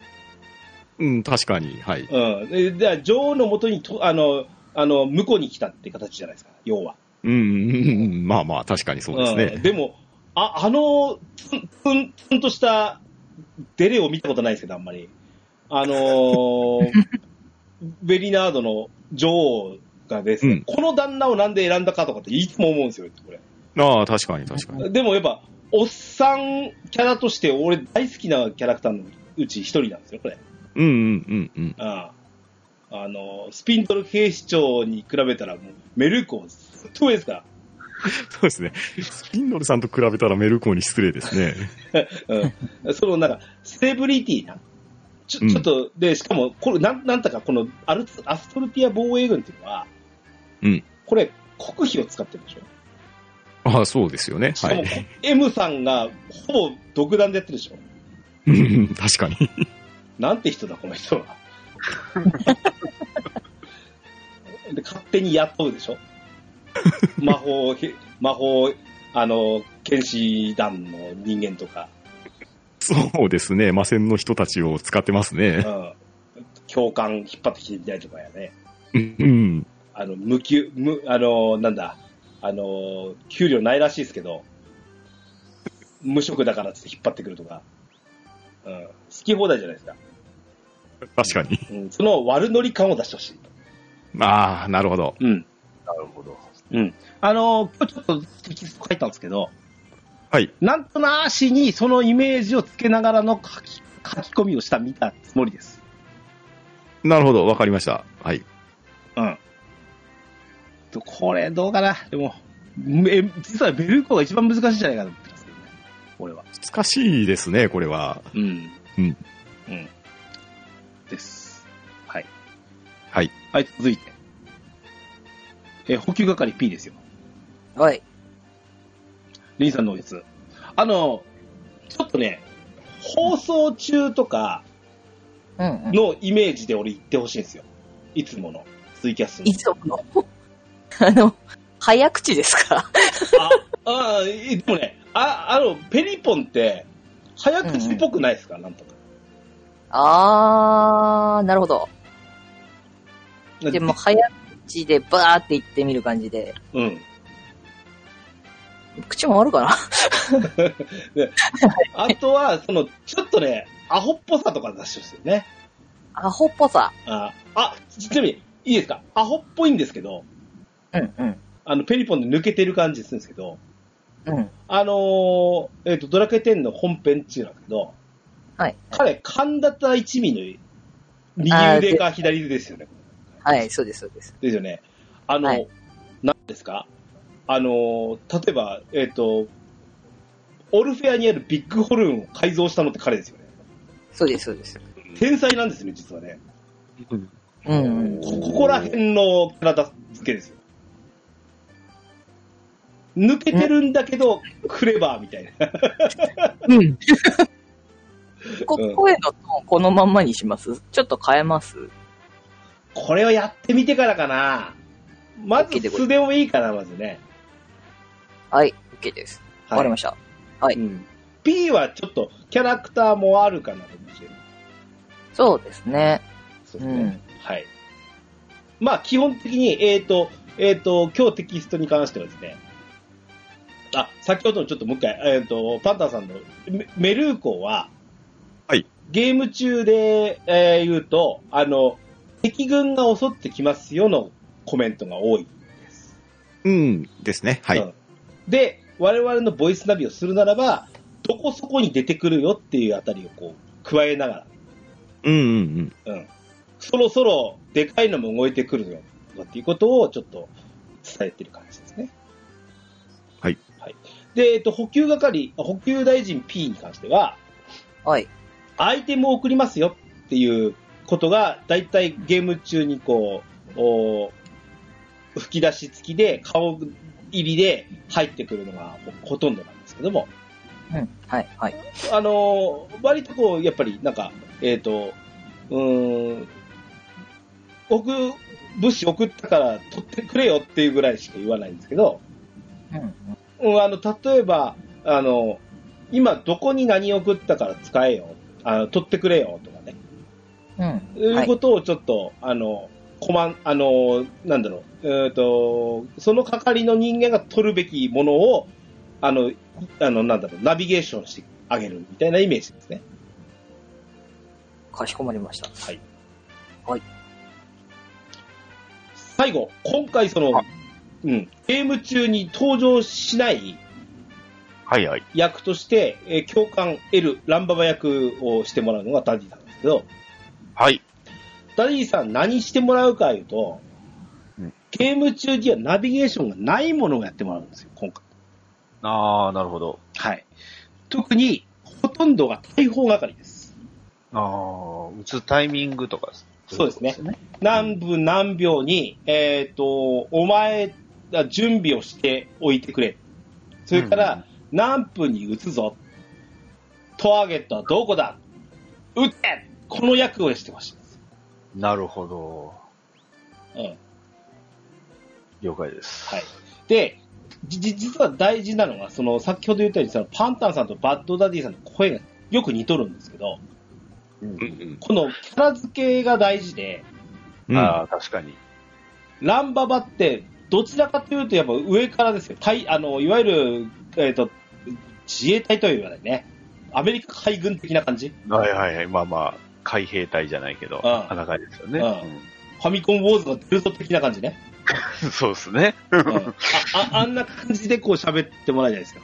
Speaker 2: うん、確かに。はい。
Speaker 1: うん。で、で女王のもとにと、あの、あの、向こうに来たって形じゃないですか、要は。
Speaker 2: うんうんうんうん、まあまあ、確かにそうです
Speaker 1: うん
Speaker 2: ね。
Speaker 1: でも、あ、あの、ツン、ツン、ツンとしたデレを見たことないですけど、あんまり。あの
Speaker 2: (laughs)
Speaker 1: ーベリナードの女王がですね、
Speaker 2: うん
Speaker 1: この旦那をなんで選んだかとかっていつも思うんですよ、これ。
Speaker 2: ああ、確かに確かに。
Speaker 1: でもやっぱ、おっさんキャラとして俺大好きなキャラクターのうち一人なんですよ、これ。
Speaker 2: うんうんうんうん。
Speaker 1: あああの、スピントル警視庁に比べたら、もう、メルークをずっと上ですから。
Speaker 2: そうですね。スピンドルさんと比べたらメルコーに失礼ですね。 (laughs)
Speaker 1: うん、そのなんか、セレブリティな、ち
Speaker 2: う
Speaker 1: ょ
Speaker 2: ん
Speaker 1: ちょっと、で、しかも、これなんなんだか、このアルツアストルティア防衛軍っていうのは、
Speaker 2: うん
Speaker 1: これ、国費を使ってるでしょ。
Speaker 2: ああ、そうですよね。
Speaker 1: し
Speaker 2: は
Speaker 1: かも、
Speaker 2: い。
Speaker 1: M さんがほぼ独断でやってるでしょ。
Speaker 2: うんうん確かに。
Speaker 1: なんて人だ、この人は。で勝手に雇うで (laughs) しょ。魔法、へ魔法、あの、剣士団の人間とか。
Speaker 2: そうですね。魔戦の人たちを使ってますね。
Speaker 1: うん教官引っ張ってきてみたいとかやね。
Speaker 2: うんうん。
Speaker 1: あの、無給、無、あの、なんだ、あの、給料ないらしいですけど、無職だからっつって引っ張ってくるとか、うん、好き放題じゃないですか。
Speaker 2: 確かに。
Speaker 1: うん、その悪ノリ感を出してほしい。
Speaker 2: ああ、なるほど。
Speaker 1: うん。
Speaker 5: なるほど。
Speaker 1: あの、今日ちょっとテキスト書いたんですけど、
Speaker 2: はい。
Speaker 1: なんとなしにそのイメージをつけながらの書き、書き込みをした、見たつもりです。
Speaker 2: なるほど。わかりました。はい。
Speaker 1: うん。とこれどうかなでも、え、実はベルーコが一番難しいんじゃないかと思ってますけどね。俺は。
Speaker 2: 難しいですね、これは。
Speaker 1: うん。
Speaker 2: うん。
Speaker 1: うん。です。はい。
Speaker 2: はい。
Speaker 1: はい、続いて。え、補給係 P ですよ。
Speaker 4: はい。
Speaker 1: リンさんのやつ。あの、ちょっとね、放送中とか
Speaker 4: うん、うん。
Speaker 1: のイメージで俺言ってほしいんですよ。いつもの。ツイキャスの
Speaker 4: い。つもの、 (laughs) あの、早口ですか
Speaker 1: あ、あー、でもね、あ、あの、ペリポンって、早口っぽくないですか、なんとか。
Speaker 4: あー、なるほど。でも、早口でバーって言ってみる感じで。
Speaker 1: うん。
Speaker 4: 口もあるかな
Speaker 1: あとは、その、ちょっとね、アホっぽさとか出してほしいよね。
Speaker 4: アホっぽさ。
Speaker 1: あ、あ、ちなみに、いいですかアホっぽいんですけど、
Speaker 4: うん、うん。
Speaker 1: あの、ペリポンで抜けてる感じするんですけど、
Speaker 4: うん。
Speaker 1: あのーえっ、と、ドラクエ10の本編中なんですけど、
Speaker 4: はい。
Speaker 1: 彼、神田田一味の右腕か左腕ですよね。
Speaker 4: はい、そうです、そうです。
Speaker 1: ですよね。あの、
Speaker 4: はい
Speaker 1: なんですかあの、例えば、えっ、と、オルフェアにあるビッグホルンを改造したのって彼ですよね。
Speaker 4: そうです、そうです。
Speaker 1: 天才なんですね、実はね。
Speaker 4: うん、うん。
Speaker 1: こここら辺の体付けですよ。抜けてるんだけど、クレバーみたいな。
Speaker 4: うん。こ
Speaker 1: うん
Speaker 4: 声のトーンこのまんまにしますちょっと変えます
Speaker 1: これをやってみてからかな。まず素でもいいかな、まずね。
Speaker 4: はい、OK です。わかりま
Speaker 1: し
Speaker 4: した。
Speaker 1: たうん P はちょっとキャラクターもあるかなと思って。
Speaker 4: そうですね。
Speaker 1: そうですね。はい。まあ、基本的に、えっ、と、えっ、と、今日テキストに関してはですね、あ、先ほどのちょっともう一回、えっ、と、パンタさんのメメルーコは、
Speaker 2: はい。
Speaker 1: ゲーム中で、えー言うと、あの、敵軍が襲ってきますよのコメントが多いです。
Speaker 2: うんですね。は
Speaker 1: う
Speaker 2: い。
Speaker 1: んで、我々のボイスナビをするならば、どこそこに出てくるよっていうあたりをこう、加えながら、
Speaker 2: うんうん
Speaker 1: うん。そろそろでかいのも動いてくるよ、とかっていうことをちょっと伝えてる感じですね。
Speaker 2: はい。
Speaker 1: はい。で、えっと、補給係、補給大臣 P に関しては、
Speaker 4: はい。
Speaker 1: アイテムを送りますよっていうことが、だいたいゲーム中にこう、お吹き出し付きで、顔入りで入ってくるのがほほとんどなんですけども、
Speaker 4: うん。はい、はい。
Speaker 1: あのー割とこう、やっぱりなんか、えっ、と、うーん、僕、物資送ったから取ってくれよっていうぐらいしか言わないんですけど、
Speaker 4: うん。
Speaker 1: うん、あの、例えば、あの、今どこに何送ったから使えよ、あの取ってくれよとかね、
Speaker 4: うん。
Speaker 1: い
Speaker 4: は
Speaker 1: う
Speaker 4: い。
Speaker 1: ことをちょっと、あの、コマン、あのーなんだろう、えーと、その係の人間が取るべきものを、あの、あの、なんだろう、ナビゲーションしてあげるみたいなイメージですね。
Speaker 4: かしこまりました。
Speaker 1: はい。
Speaker 4: はい。
Speaker 1: 最後、今回その
Speaker 3: あ、
Speaker 1: うん、ゲーム中に登場しない
Speaker 3: はいはい。
Speaker 1: 役として、えー教官 L、ランババ役をしてもらうのがダディさんですけど、
Speaker 3: はい。
Speaker 1: ダディさん何してもらうかいうと
Speaker 3: うん、
Speaker 1: ゲーム中にはナビゲーションがないものをやってもらうんですよ、今回。
Speaker 3: ああ、なるほど。
Speaker 1: はい。特に、ほとんどが大砲係です。
Speaker 3: ああ、打つタイミングとか
Speaker 1: そうですね。何分何秒に、えっ、と、お前が準備をしておいてくれ。それから、
Speaker 3: うん
Speaker 1: 何分に撃つぞ。トーゲットはどこだ撃てこの役をしてほしいです。
Speaker 3: なるほど。
Speaker 1: うん。
Speaker 3: 了解です。
Speaker 1: はい。で、じじ実は大事なのが、その、先ほど言ったように、その、パンタンさんとバッドダディさんの声がよく似とるんですけど、
Speaker 2: うん
Speaker 1: このキャラ付けが大事で、
Speaker 2: うん。
Speaker 3: ああ、確かに。
Speaker 1: ランババって、どちらかというと、やっぱ上からですよ。対あの、いわゆる、えっ、と、自衛隊とは言わないね。アメリカ海軍的な感じ
Speaker 3: はいはいはい。まあまあ、海兵隊じゃないけど、
Speaker 1: うん
Speaker 3: あんな感じですよね。
Speaker 1: うファミコンウォーズのデルト的な感じ
Speaker 3: (laughs)
Speaker 1: ね。
Speaker 3: うんそうですね。
Speaker 1: うん、あああんな感じでこう喋ってもらいたいですよ。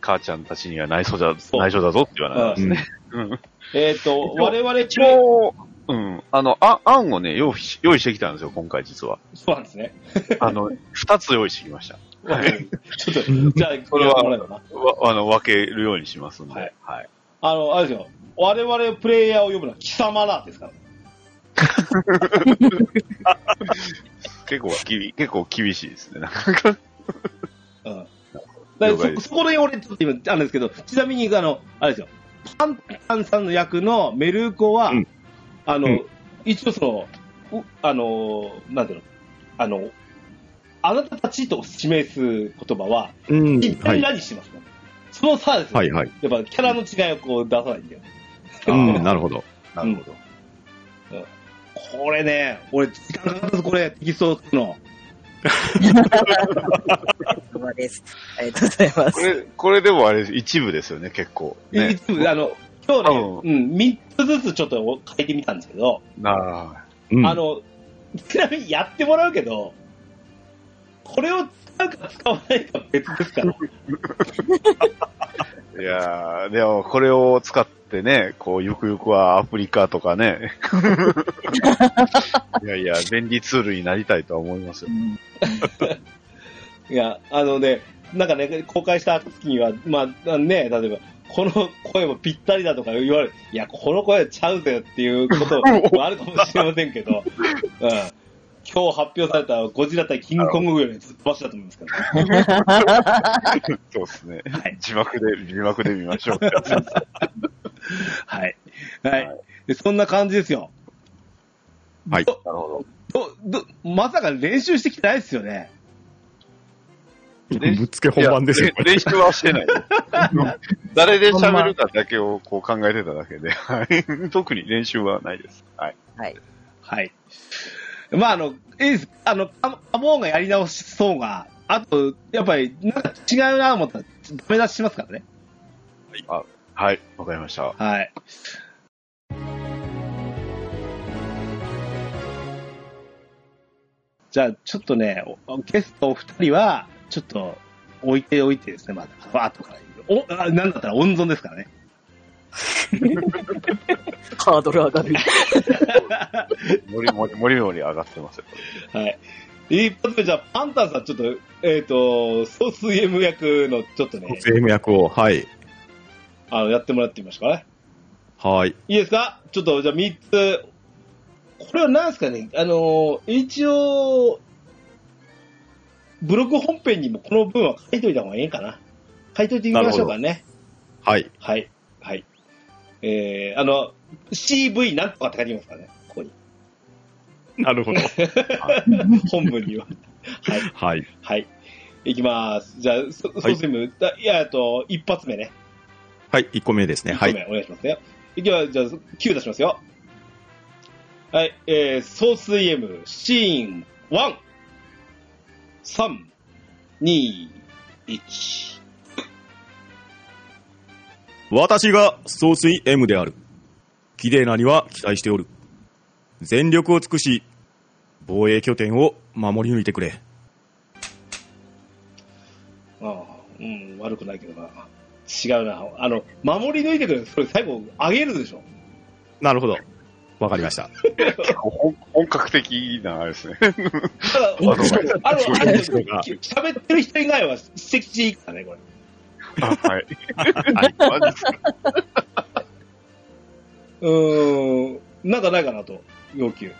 Speaker 3: 母ちゃんたちには内緒だ、
Speaker 1: う
Speaker 3: 内緒だぞって言わないですね。うん
Speaker 1: えっ、と、我々
Speaker 3: 一応、うん。あの、あ、案をね、用意し、用意してきたんですよ、今回
Speaker 1: (laughs)
Speaker 3: 実は。
Speaker 1: そうなんですね。
Speaker 3: あの、二つ用意してきました。
Speaker 1: はい (laughs) ちょっと、
Speaker 3: (laughs)
Speaker 1: じゃあ、こ
Speaker 3: こ
Speaker 1: れ
Speaker 3: れ
Speaker 1: は
Speaker 3: は
Speaker 1: もらえばな。
Speaker 3: わあの、分けるようにしますんで。
Speaker 1: は
Speaker 3: はいい。
Speaker 1: あの、あれですよ。我々プレイヤーを呼ぶのは貴様らですから。
Speaker 3: 結構きび、結構厳しいですね。なんか、
Speaker 1: うん。だ
Speaker 3: 了
Speaker 1: から
Speaker 3: 解で
Speaker 1: そ、
Speaker 3: す
Speaker 1: そこで俺ちょっと今、あるんですけど、ちなみに、あの、あれですよ。パンタンさんの役のメルーコは、
Speaker 2: うん
Speaker 1: あの、
Speaker 2: うん
Speaker 1: 一応その、うあの、なんていうの、あの、あなたたちと示す言葉は、
Speaker 2: うん
Speaker 1: 一
Speaker 2: は
Speaker 1: 体
Speaker 2: い。
Speaker 1: 何してますか、その差ですよ、
Speaker 2: はいはい。
Speaker 1: やっぱキャラの違いをこう出さないんだよね。
Speaker 2: うん、なるほど。
Speaker 3: なるほど。
Speaker 1: これね、俺、時間かかったぞ、これ、テキストを書くの。
Speaker 4: うまです。ありがとうございま
Speaker 3: こ
Speaker 4: す。
Speaker 3: れ、これでもあれ、一部ですよね、結構。ね。
Speaker 1: 一部あの、今日ね、
Speaker 3: う
Speaker 1: うん、3つずつちょっと書いてみたんですけど、
Speaker 3: なあ。
Speaker 2: うん
Speaker 1: あの、ちなみにやってもらうけど、これを使うか使わないかは別ですから。
Speaker 3: いやーでもこれを使ってね、こう、ゆくゆくはアプリカと
Speaker 2: (laughs)
Speaker 3: かね。いやいや、便利ツールになりたいとは思いますよ。
Speaker 2: (laughs)
Speaker 1: いや、あのね、なんかね、公開した時には、まあね、例えば、この声もぴったりだとか言われる、いや、この声ちゃうぜっていうこともあるかもしれませんけ
Speaker 2: (laughs)
Speaker 1: ど、うん。今日発表されたゴジラ対キングコングよりずっとマシだと思うんですから、ね。
Speaker 3: そうですね。字幕で、字幕で見ましょうってやつです。
Speaker 1: はい。はい。でそんな感じですよ。
Speaker 2: はい
Speaker 1: ど
Speaker 3: なるほど。
Speaker 1: ど、ど、まさか練習してきてないですよね。
Speaker 2: ぶっつけ (laughs) 本番です
Speaker 3: い
Speaker 2: よ
Speaker 3: や。 (laughs) れ練習はし
Speaker 2: (laughs)
Speaker 3: てない。誰で喋るかだけをこう考えてただけで、はい特に練習はないです。はい。
Speaker 4: はい。
Speaker 1: はい。まあ、あの、いいです。あの、カカモーンがやり直しそうが、あと、やっぱり、なんか違うなと思ったら、ダメ出ししますからね。
Speaker 3: はい、わかりました。
Speaker 1: はい。じゃあ、ちょっとね、おゲストお二人は、ちょっと、置いておいてですね、まだ、後から。お、あなんだったら温存ですからね。
Speaker 4: ハードル上がる。
Speaker 3: もりもり、もりもり上がっ
Speaker 2: (laughs)
Speaker 3: てますよ。
Speaker 1: はい。一発目、じゃあ、パンタンさん、ちょっと、えっ、と、ソース M 役の、ちょっとね、
Speaker 2: 税務役を、はい。
Speaker 1: あの、やってもらってみましょうかね。
Speaker 2: はい。
Speaker 1: いいですかちょっと、じゃあ3つ。これは何ですかねあのー、一応、ブログ本編にもこの分は書いといた方がいいかな。書いといてみましょうかね。
Speaker 2: はい。
Speaker 1: はい。はい。えー、あの、CV なんとかって書いてますからね。こ
Speaker 2: (laughs)
Speaker 1: こに。
Speaker 2: なるほど。
Speaker 1: 本文には。はい。
Speaker 2: はい。
Speaker 1: はい。いきます。じゃあ、ソソ
Speaker 2: はい
Speaker 1: ースム、だいや、えっと、一発目ね。
Speaker 2: はい、1個目ですね。
Speaker 1: 一
Speaker 2: は
Speaker 1: 個
Speaker 2: い。
Speaker 1: 目お願いしますね。いきます。じゃあ、9出しますよ。はい、えー、総水 M、シーン1、3、2、1。
Speaker 2: 私が総帥 M である。綺麗なには期待しておる。全力を尽くし、防衛拠点を守り抜いてくれ。
Speaker 1: ああ、うん、悪くないけどな。違うな。あの、守り抜いてくれ。それ最後、上げるでしょ。
Speaker 2: なるほど。わかりました。
Speaker 5: 結構本本格的なあれですね。
Speaker 1: た
Speaker 2: (laughs)
Speaker 1: だ、あ
Speaker 5: あ
Speaker 1: の、
Speaker 5: の
Speaker 1: あの、あれ
Speaker 2: そういうこと
Speaker 1: 喋ってる人以外は、指摘していいからね、これ。
Speaker 4: (laughs)
Speaker 5: あはい。
Speaker 2: はい。
Speaker 5: マジっす
Speaker 1: (laughs)
Speaker 5: か
Speaker 1: うーん、なんかないかなと、要求。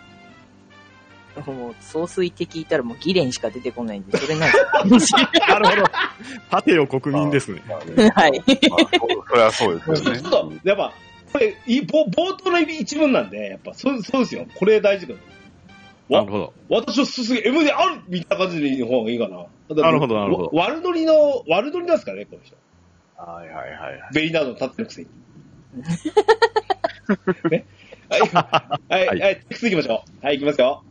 Speaker 4: もう、総帥って聞いたらもうギレンしか出てこないんで、それなんですよ
Speaker 2: な (laughs) るほど。盾を国民ですね。
Speaker 5: まあね
Speaker 4: (laughs) はい。
Speaker 5: まあそそれはそうです
Speaker 1: ちょ
Speaker 5: よね。
Speaker 1: っと、やっぱ、これ、い冒冒頭の一文なんで、やっぱ、そうそうですよ。これ大事か
Speaker 2: な
Speaker 1: わ
Speaker 2: るほど。
Speaker 1: 私のすす M であるみたいな感じの方がいいかな。
Speaker 2: なるほどなるほど
Speaker 1: わ悪乗りの、悪乗りなんですからね、この人。
Speaker 5: はいはいはいはい。
Speaker 1: ベリナードの立ってるくせ
Speaker 2: (laughs)
Speaker 1: に。ね。はい、はい、はい、次行きましょう。はい、行きますよ。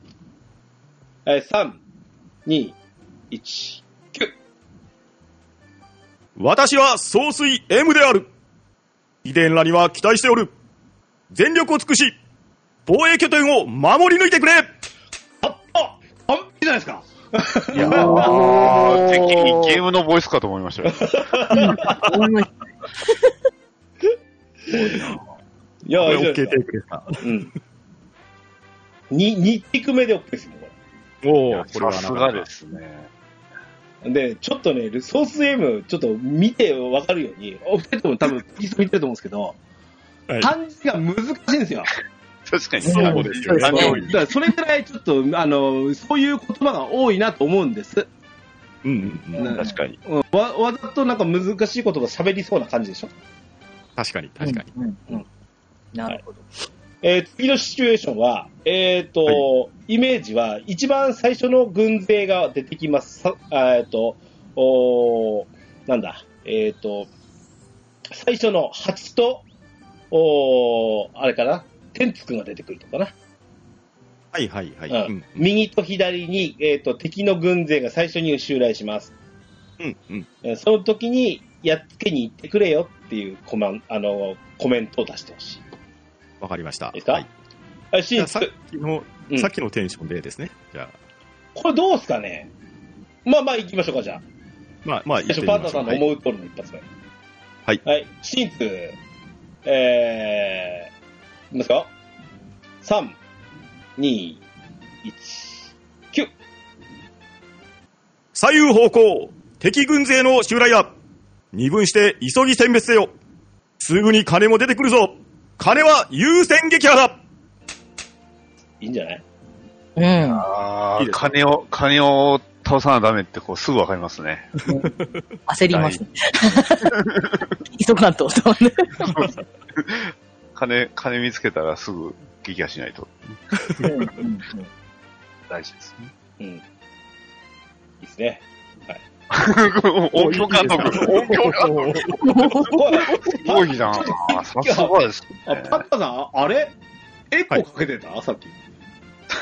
Speaker 1: はい、3、2、1、9。
Speaker 2: 私は総帥 M である。遺伝らには期待しておる。全力を尽くし、防衛拠点を守り抜いてくれ
Speaker 1: ああ完璧じゃないですか。
Speaker 5: いや
Speaker 4: お
Speaker 5: ー、
Speaker 4: ー
Speaker 5: てっきりゲームのボイスかと思いま
Speaker 4: (laughs)
Speaker 5: したよ。
Speaker 1: (laughs) いやー、いいじゃな
Speaker 2: これ
Speaker 1: い
Speaker 2: OK
Speaker 1: で
Speaker 2: テイ
Speaker 1: すか。
Speaker 2: クですか。
Speaker 1: うん。に、2テイク目で OK ですよ、こ
Speaker 2: お
Speaker 5: い
Speaker 2: お
Speaker 5: や
Speaker 2: これは
Speaker 5: さす
Speaker 2: なかな
Speaker 5: が
Speaker 2: か
Speaker 5: ですね。
Speaker 1: れ。で、ちょっとね、ソース M、ちょっと見てわかるように、お二人とも多分、ピース見てると思うんですけど、
Speaker 2: はい
Speaker 1: 漢字が難しいんです
Speaker 2: (laughs)
Speaker 1: よ。
Speaker 5: 確かに
Speaker 2: そうですよね
Speaker 5: 単
Speaker 1: そ
Speaker 5: 調
Speaker 1: う
Speaker 5: に
Speaker 1: だからそれぐらいちょっと、あの、そういう言葉が多いなと思うんです。
Speaker 2: うんうんうん。
Speaker 1: ね
Speaker 5: 確かに。
Speaker 1: うんわわざとなんか難しい言葉喋りそうな感じでしょ。
Speaker 2: 確かに、確かに。
Speaker 4: うんうんなるほど。
Speaker 1: えー次のシチュエーションは、えっ、と、
Speaker 2: は
Speaker 1: イメージは一番最初の軍勢が出てきます。さあえっ、と、おーなんだ、えっ、と、最初の蜂と、おーあれかな、天竺が出てくるとかな。
Speaker 2: はいはいはい。
Speaker 1: う
Speaker 2: うんうん
Speaker 1: 右と左に、えっ、と、敵の軍勢が最初に襲来します。
Speaker 2: うんうん。
Speaker 1: えーその時にやっつけに行ってくれよっていうコマンあのコメントを出してほしい。
Speaker 2: わかりました。
Speaker 1: いいですか
Speaker 2: はい
Speaker 1: あシ
Speaker 2: じゃ
Speaker 1: ン
Speaker 2: あさ
Speaker 1: く
Speaker 2: っきの
Speaker 1: うん、
Speaker 2: さっきのテンションでですね。じゃあ、
Speaker 1: これどうすかねまあまあ行きましょうか、じゃあ。
Speaker 2: まあまあ、
Speaker 1: 最初、
Speaker 2: 言
Speaker 1: パ
Speaker 2: っ
Speaker 1: ン
Speaker 2: て
Speaker 1: ダ
Speaker 2: みまし
Speaker 1: さ
Speaker 2: ょ
Speaker 1: ん
Speaker 2: う
Speaker 1: の思う通りの一発目。
Speaker 2: はい。
Speaker 1: はい。シンツ、えー、いきますか ?3、2、1。
Speaker 2: 左右方向、敵軍勢の襲来だ。二分して急ぎ殲滅せよ。すぐに金も出てくるぞ。金は優先撃破だ。
Speaker 1: いいんじゃない
Speaker 4: うん。
Speaker 5: あ
Speaker 2: いい
Speaker 5: あ、
Speaker 2: ですか
Speaker 5: 金を、金を倒さなダメって、こう、すぐわかりますね。
Speaker 4: 焦りますね。急がんと。
Speaker 5: 金、金見つけたらすぐ撃破しないと
Speaker 4: (laughs) うんうん
Speaker 5: 大事
Speaker 4: (laughs)
Speaker 5: ですね。
Speaker 1: うん。いいです
Speaker 2: (laughs)
Speaker 1: ね。
Speaker 5: 音響監督、音響監督。
Speaker 1: おい
Speaker 5: すごいなぁ。さすがです
Speaker 1: あ、
Speaker 5: ね。
Speaker 1: パンダさん、あれエコーかけてた、さっき。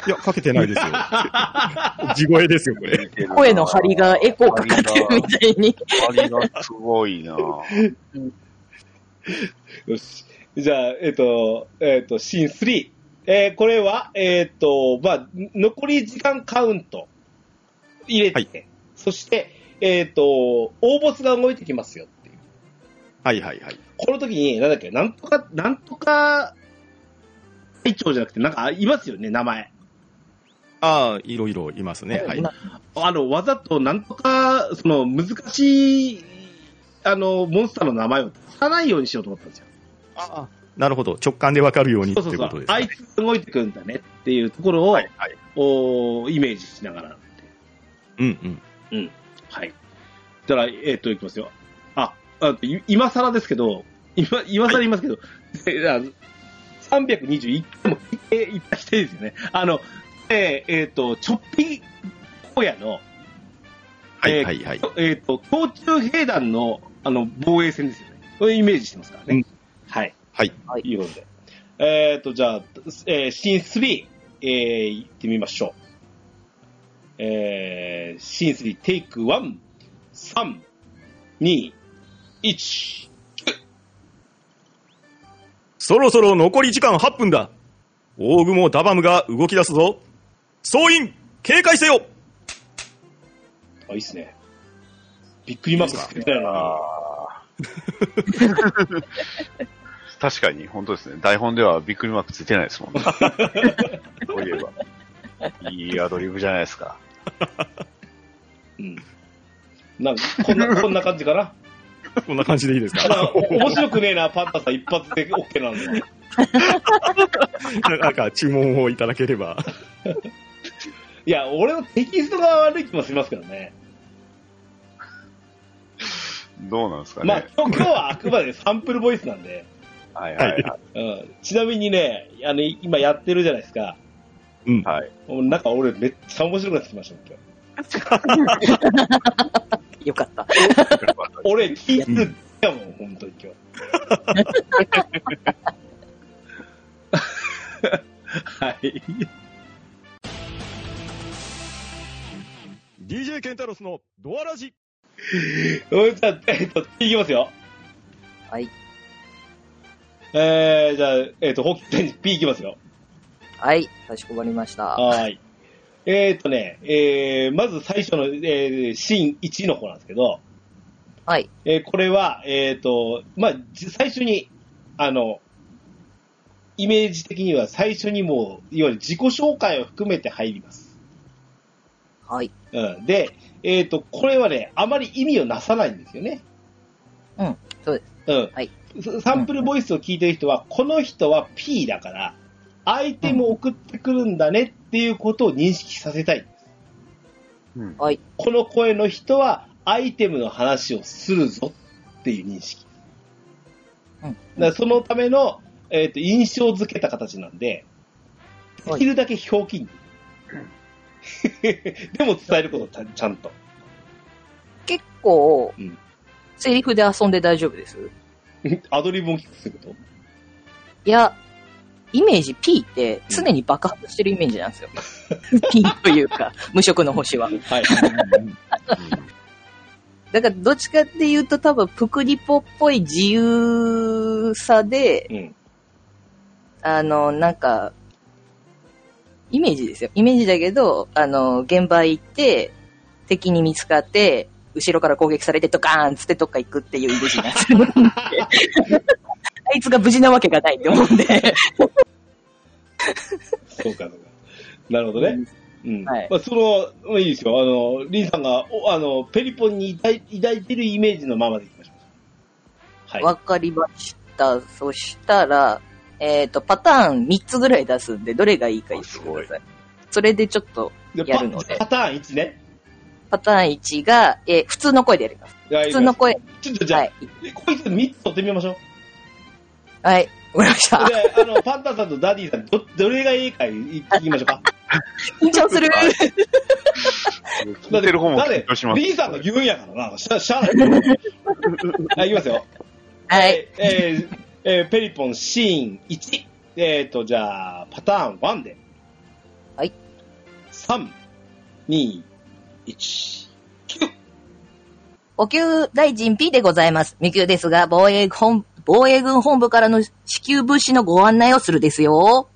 Speaker 2: いや、かけてないですよ。
Speaker 1: (laughs)
Speaker 2: 地声ですよ、これ。
Speaker 4: 声の張りがエコーかかってるみたいに。
Speaker 5: 張りがすごいなぁ。
Speaker 1: よし。じゃあ、えっ、と、えっ、と、シーン3。えーこれは、えっ、と、まあ、ん残り時間カウント入れて、
Speaker 2: はい
Speaker 1: そして、えっ、と、応募が動いてきますよっていう。
Speaker 2: はいはいはい。
Speaker 1: この時に、なんだっけ、なんとか、なんとか、隊長じゃなくて、なんか、いますよね、名前。
Speaker 2: ああ、いろいろいますね。
Speaker 4: (laughs)
Speaker 2: はい。
Speaker 1: あの、わざと、なんとか、その、難しい、あの、モンスターの名前を出さないようにしようと思ったんですよ。
Speaker 2: ああなるほど。直感でわかるようにって
Speaker 1: そう
Speaker 2: こ
Speaker 1: そうそう
Speaker 2: とです。
Speaker 1: あ
Speaker 2: ね
Speaker 1: いつ動いてくるんだねっていうところを、
Speaker 5: はい、はい。
Speaker 1: をイメージしながら。
Speaker 2: うんうん。
Speaker 1: はい。だから、えっ、と、いきますよ。あ、あとい今更ですけど、今、今更言いますけど、えあ321回も聞いていただきたいですよね。あの、えーえっ、と、ちょっぴ荒野の、
Speaker 2: はい
Speaker 1: えー
Speaker 2: はいはい。
Speaker 1: えっ、と、共中兵団の、あの、防衛戦ですよね。これイメージしてますからね。
Speaker 2: うん
Speaker 1: はい。
Speaker 2: はい。
Speaker 1: いうことで。えっ、と、じゃあ、えー、シーン3、えー、行ってみましょう。えー、シーン3、テイク1、3、2、1。
Speaker 2: そろそろ残り時間8分だ。大雲ダバムが動き出すぞ。総員、警戒せよ
Speaker 1: あ、いいっすね。びっくりマークつけたよな。
Speaker 5: あー確かに、本当ですね。台本ではビックリマークついてないですもんね。そういえば。いいアドリブじゃないですか。
Speaker 1: うん。なんか、こんな、こんな感じかな。
Speaker 2: こんな感じでいいです
Speaker 1: あ
Speaker 2: か
Speaker 1: の面白くねえな、パンタさん一発で OK なんだ。
Speaker 2: なんか注文をいただければ。
Speaker 1: いや、俺のテキストが悪い気もしますけどね。
Speaker 5: どうなんですか
Speaker 1: まあ
Speaker 5: ね。、
Speaker 1: 今日はあくまでサンプルボイスなんで。
Speaker 5: はいはいは
Speaker 1: うん、ちなみにね、あの、今やってるじゃないですか。
Speaker 2: うん
Speaker 5: い。。はい。
Speaker 1: もうなんか俺めっちゃ面白くなってきましたもん、今日
Speaker 4: よかった。
Speaker 1: 俺、聞いてるだもん、本当に今日。はい。
Speaker 2: DJ ケンタロスのドアラジ。
Speaker 1: うんじゃあ、えっと、いきますよ。
Speaker 4: はい。
Speaker 1: えー、じゃあ、えっ、と、ホッケン P いきますよ。
Speaker 4: はい。かしこまりました。
Speaker 1: はーい。えっ、とね、えー、まず最初の、えー、シーン1の方なんですけど、
Speaker 4: はい。
Speaker 1: えーこれは、えっ、と、まあ、じ最初に、あの、イメージ的には最初にもう、いわゆる自己紹介を含めて入ります。
Speaker 4: はい。
Speaker 1: うん。で、えっ、と、これはね、あまり意味をなさないんですよね。
Speaker 4: うん。そうです。
Speaker 1: うん。
Speaker 4: はい
Speaker 1: ササンプルボイスを聞いてる人は、この人は P だから、アイテムを送ってくるんだねっていうことを認識させたい。
Speaker 5: うん
Speaker 4: はい。
Speaker 1: この声の人はアイテムの話をするぞっていう認識。
Speaker 4: うん。
Speaker 1: だからそのための、えー、と印象付けた形なんで、
Speaker 4: は
Speaker 1: でき
Speaker 4: い
Speaker 1: るだけ表記に。 (laughs) でも伝えることちゃんちゃん
Speaker 5: (laughs)
Speaker 1: と。
Speaker 4: 結構、
Speaker 1: うん
Speaker 4: セリフで遊んで大丈夫です。
Speaker 1: アドリブも聞くってこと
Speaker 4: いや、イメージ P って常に爆発してるイメージ
Speaker 1: (laughs)
Speaker 4: なんですよ。P というか、無色の星は。
Speaker 5: (laughs)
Speaker 1: はい。
Speaker 4: だからどっちかっていうと多分プクリポっぽい自由さで、
Speaker 1: うん。
Speaker 4: あの、なんか、イメージですよ。イメージだけど、あの、現場行って、敵に見つかって、後ろから攻撃されてドカーンつってどっか行くっていうイメージなんですよ。
Speaker 1: (laughs)
Speaker 4: あいつが無事なわけがないって思うんで。
Speaker 1: そうか、そうか。なるほどね。うん。
Speaker 4: はい
Speaker 1: まあ、その、まあいいですよ。あの、リンさんが、おあの、ペリポンに抱い抱いてるイメージのままでいきましょう。はい。
Speaker 4: わかりました。そしたら、えっ、と、パターン3つぐらい出すんで、どれがいいか言ってください。それでちょっと、
Speaker 1: で
Speaker 4: やるので
Speaker 1: パパターン1ね。
Speaker 4: パターン1が、えー普通の声でやります。
Speaker 1: 普
Speaker 4: 普通の。声。
Speaker 1: ちょっとじゃあ、
Speaker 4: はい。
Speaker 1: こいつ3つ取ってみましょう。
Speaker 4: はい。わかりました。
Speaker 1: で、あの、パンタさんとダディさん、ど、どれがいいか聞きましょう
Speaker 5: (laughs)
Speaker 1: か。
Speaker 4: 緊張する。
Speaker 5: 聞いてる方も緊張します。
Speaker 1: リーさんが言うんやからな。しゃ、しゃあ
Speaker 4: (laughs)
Speaker 1: ない。はい、いきますよ。
Speaker 4: はい。。
Speaker 1: えーえーペリポンシーン1。えっ、と、じゃあ、パターン1で。
Speaker 4: はい。
Speaker 1: 3、2、1。
Speaker 4: お給大臣 P でございます。未給ですが、防衛本、防衛軍本部からの支給物資のご案内をするですよ。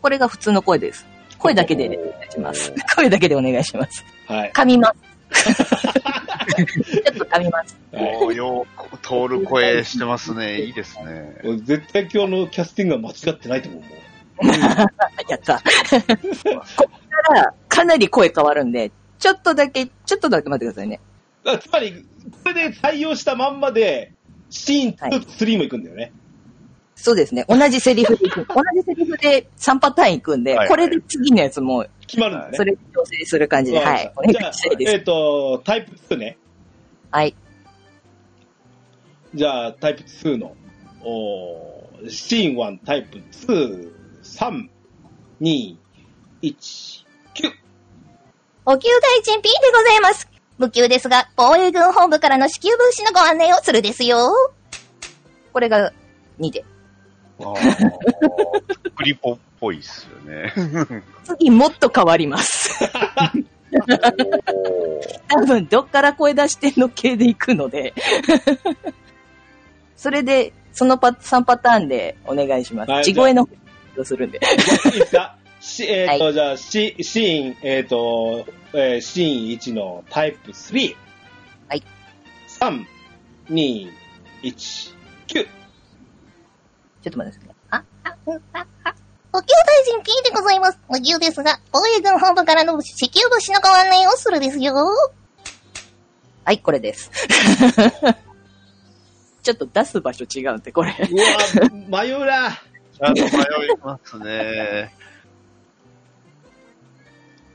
Speaker 4: これが普通の声です。声だけでお願いします。声だけでお願いします。
Speaker 1: はい。
Speaker 4: 噛みます。ちょっと噛みます。
Speaker 1: はい
Speaker 5: おーよう、通る声してますね。いいですね。
Speaker 1: 俺絶対今日のキャスティングは間違ってないと思う。もう (laughs)
Speaker 4: やった。ここからかなり声変わるんで、ちょっとだけ、ちょっとだけ待ってくださいね。
Speaker 1: だからつまり、これで採用したまんまで、シーン2と3も行くんだよね。
Speaker 4: そうですね。同じセリフでいく。同じセリフで3パターンいくんで、
Speaker 5: はい
Speaker 4: これで次のやつも、
Speaker 1: 決まるんだね。
Speaker 4: それ調整する感じで、
Speaker 1: わか
Speaker 4: は
Speaker 1: り
Speaker 4: い。お
Speaker 1: ました
Speaker 4: 願いしたい
Speaker 1: じゃ
Speaker 4: で
Speaker 1: あ、
Speaker 4: す。
Speaker 1: えっ、と、タイプ2ね。
Speaker 4: はい。
Speaker 1: じゃあ、タイプ2の、おーシーン1、タイプ2、3、2、1、9。
Speaker 6: お給大臣 P でございます。無給ですが、防衛軍本部からの支給物資のご案内をするですよ。
Speaker 4: これが2で。
Speaker 5: あークリポっぽいっす。
Speaker 3: よね。
Speaker 4: 次もっと変わります。 (laughs)
Speaker 5: おー
Speaker 4: 多分、どっから声出してんの系でいくので。 (laughs) それで、そのパ3パターンでお願いしま
Speaker 1: はい
Speaker 4: す。地声の方をするんで。
Speaker 1: いいです
Speaker 4: (laughs)
Speaker 1: かし、えっ、と、
Speaker 4: は
Speaker 1: じゃあ、シシーン、えっ、と、えーシーン1のタイプ3。
Speaker 4: はい。
Speaker 1: 3、2、1、9。
Speaker 4: ちょっと待ってくださいね。
Speaker 6: 補給大臣 P でございます。補給ですが、防衛軍本部からの石油物資のご案内をするですよ。
Speaker 4: はい、これです。 (laughs) ちょっと出す場所違うんで、これ。
Speaker 1: う
Speaker 4: (laughs)
Speaker 1: わ、迷うな。
Speaker 3: ちゃんと迷いますね。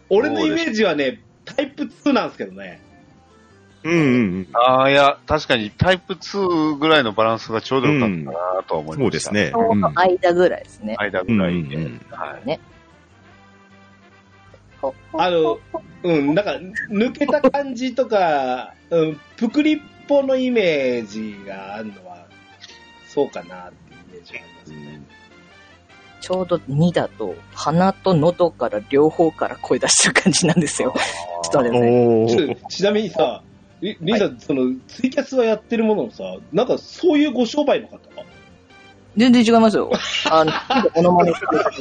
Speaker 1: 俺のイメージはね、タイプ2なんですけどね。
Speaker 2: うんうん
Speaker 3: ああ、いや、確かにタイプ2ぐらいのバランスがちょうどよかったかなとは
Speaker 2: うん。
Speaker 3: 思い
Speaker 2: そう
Speaker 3: ま
Speaker 2: で
Speaker 3: した。
Speaker 2: す。ね。
Speaker 4: この間ぐらいですね。
Speaker 3: 間
Speaker 2: う
Speaker 3: ぐ
Speaker 2: ん。
Speaker 3: ら
Speaker 2: う
Speaker 3: いで。
Speaker 2: ん。
Speaker 3: はい。
Speaker 1: あの、うん、なんか、抜けた感じとか、うん、ぷくりっぽのイメージがあるのは、そうかなっていうイメージがありますね。
Speaker 4: ちょうど2だと、鼻と喉から両方から声出してる感じなんですよ。ちょっとあれですね。
Speaker 2: お
Speaker 1: ちょ
Speaker 2: ー
Speaker 1: っとちなみにさ、りりんさん、その、ツイキャスはやってるもののさ、なんかそういうご商売の方
Speaker 4: 全然違います (laughs) よ。あの、モノマネしてるだ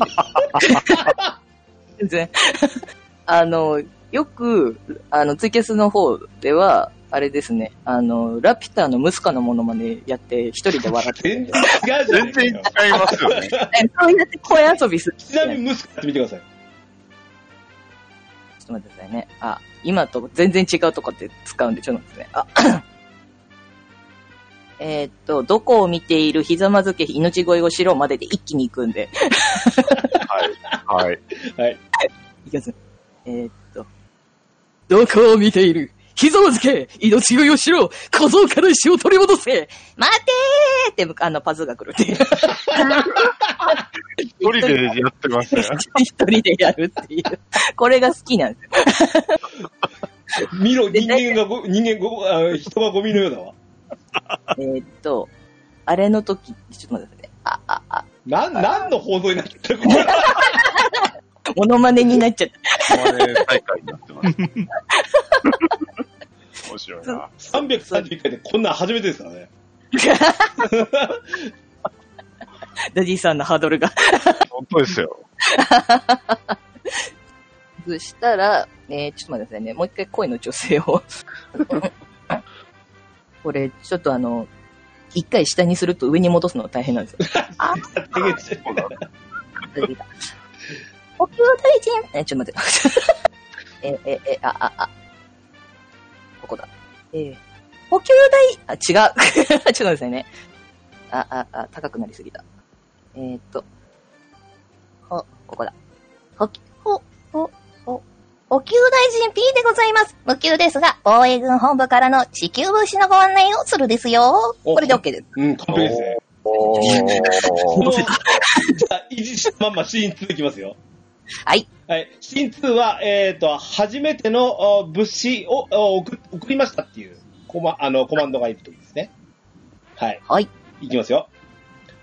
Speaker 4: け (laughs) です全然。あの、よく、あの、ツイキャスの方では、あれですね、あの、ラピュタのムスカのモノマネやって、一人で笑 (laughs) って
Speaker 1: 全然違
Speaker 4: る。
Speaker 1: うじゃない
Speaker 3: 全
Speaker 1: です
Speaker 3: 然違い
Speaker 1: か。
Speaker 3: ますよね。
Speaker 4: そうやって声遊び (laughs) する。
Speaker 1: ちなみに、ムスカって見てください。
Speaker 4: ちょっと待ってくださいね。あ、今と全然違うとかって使うんで、ちょっと待ってね。あ (coughs) えーっと、どこを見ている、ひざまずけ、命乞いをしろまでで一気に行くんで。 (laughs)
Speaker 3: はい。はい。
Speaker 4: いきます。えーっと、どこを見ている、ひざまずけ、命乞いをしろ小僧から石を取り戻せ待てーって、あの、パズーが来るっていう。 (laughs)
Speaker 3: 一人でやってますね。
Speaker 4: 一人でやるっていう。これが好きなんですよ。
Speaker 1: 見ろ、人間がご、人間ご、あ人がゴミのようだわ。
Speaker 4: えーっと、あれの時、ちょっと待ってくださいね。あ、あ、あ、
Speaker 1: なん、なんの放送になってたこれ。 (laughs)
Speaker 4: モノマネになっちゃった。
Speaker 3: これ大会になってます。面白いな。
Speaker 1: 331回でこんなん初めてですからね。 (laughs)
Speaker 4: ダディさんのハードルが。
Speaker 3: 本当ですよ。
Speaker 4: そしたら、えー、ちょっと待ってくださいね。もう一回声の女性を。これ、ちょっとあの、一回下にすると上に戻すの大変なんですよ。次だ
Speaker 6: 補給大臣
Speaker 4: えー、ちょっと待って。 (laughs) えー、えー、えー、あ、あ、あ。ここだ。えー、補給台、あ、違う。 (laughs) ちょっと待ってくださいね。あ、あ、あ、高くなりすぎた。えー、っと、ほ、ここだ。
Speaker 6: 補給、ほ、ほ、ほ、補給大臣 P でございます。補給ですが、防衛軍本部からの支給物資のご案内をするですよ。
Speaker 1: お
Speaker 4: これで OK です。
Speaker 1: うん、完璧ですね。
Speaker 5: お
Speaker 1: こ
Speaker 5: ー
Speaker 1: の、維持したまんまシーン2いきますよ。
Speaker 4: はい。
Speaker 1: はい。シーン2は、えっ、と、初めてのあ物資をあ送送りましたっていうコマあのコマンドがいるとですね。はい。
Speaker 4: はい。
Speaker 1: いきますよ。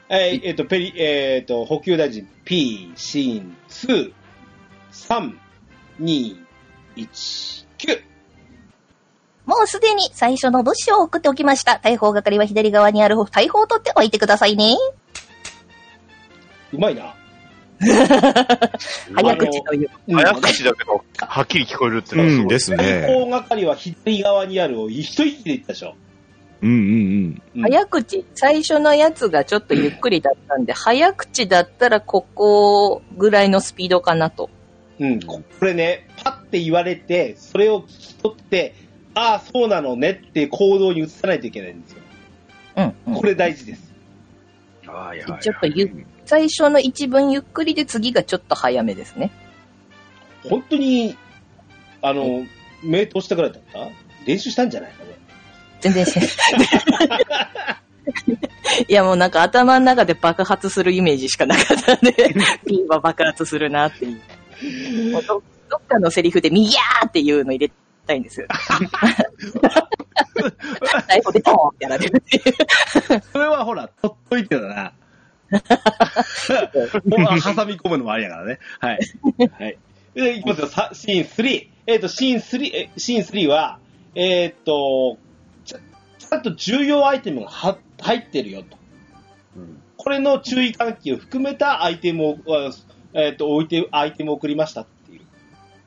Speaker 1: はい。えっ、と、ペリ、えっ、と、補給大臣 P、シーン2、3、2、1、9。
Speaker 6: もうすでに最初の物資を送っておきました。大砲係は左側にある大砲を取っておいてくださいね。
Speaker 1: うまいな。
Speaker 4: 早口という。
Speaker 1: うん
Speaker 3: 早口だけど、はっきり聞こえるって
Speaker 2: う
Speaker 3: のはす
Speaker 2: ん
Speaker 3: ごい
Speaker 2: で。す
Speaker 1: 最
Speaker 2: ね。
Speaker 1: 高係は左側にあるを一息で言ったでしょ。
Speaker 2: うんうん
Speaker 1: うん
Speaker 4: 早口、最初のやつがちょっとゆっくりだったんで、早口だったらここぐらいのスピードかなと。
Speaker 1: うん、ここれね、パッて言われて、それを聞き取って、ああ、そうなのねっていう行動に移さないといけないんですよ。
Speaker 4: うん、うん
Speaker 1: これ大事です。
Speaker 3: ああ、いやいや
Speaker 4: ちょっとゆ最初の一文ゆっくりで次がちょっと早めですね。
Speaker 1: 本当に、あの、名刀したぐらいだった練習したんじゃないかね。
Speaker 4: 全
Speaker 1: (laughs)
Speaker 4: 然しいやもうなんか頭の中で爆発するイメージしかなかったんで、
Speaker 1: (laughs)
Speaker 4: ピンは爆発するなっていう。もうどどっかのセリフで、ミギャーっていうの入れたい
Speaker 1: (laughs)
Speaker 4: んですよ。最後でドーンってやられるっていう。
Speaker 1: (laughs) それはほら、取っといてだな。挟み込むのもありやからね。はい。はい。で、いきますよ、さシーン3。えっ、と、シーン3、えシーン3は、えっ、と、ちゃちゃんと重要アイテムがは入ってるよと。これの注意喚起を含めたアイテムを、あえっ、と、置いて、アイテムを送りましたっていう。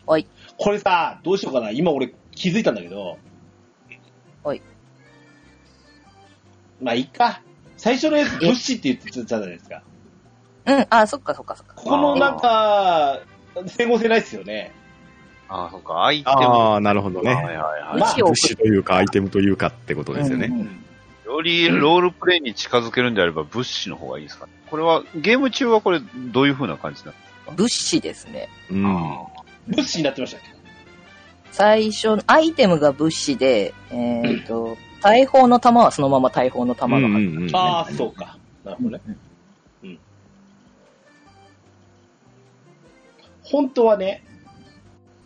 Speaker 4: はい。
Speaker 1: これさ、どうしようかな。今俺気づいたんだけど。
Speaker 4: はい。
Speaker 1: まあ、いいか。最初のやつ、物資って言ってたじゃないですか。
Speaker 4: うん、あ、そっかそっかそっか。
Speaker 1: ここのなんか、整合性ないですよね。
Speaker 3: ああ、そうか、アイテム。
Speaker 2: ああ、なるほど
Speaker 3: は
Speaker 2: ね。
Speaker 3: いはいはい。
Speaker 1: まあ
Speaker 4: 石を
Speaker 2: 物資
Speaker 4: 送る。
Speaker 2: というか、アイテムというかってことですよね。
Speaker 3: よりロールプレイに近づけるんであれば、物資の方がいいですかね。これは、ゲーム中はこれ、どういう風な感じなの
Speaker 4: 物資ですね。
Speaker 2: うん。
Speaker 1: 物資になってましたっけ
Speaker 4: 最初の、アイテムが物資で、えっ、と、大砲の弾はそのまま大砲の弾が入って
Speaker 2: うんうんうん
Speaker 1: ああ、そうか。なるほどね。うん。本当はね、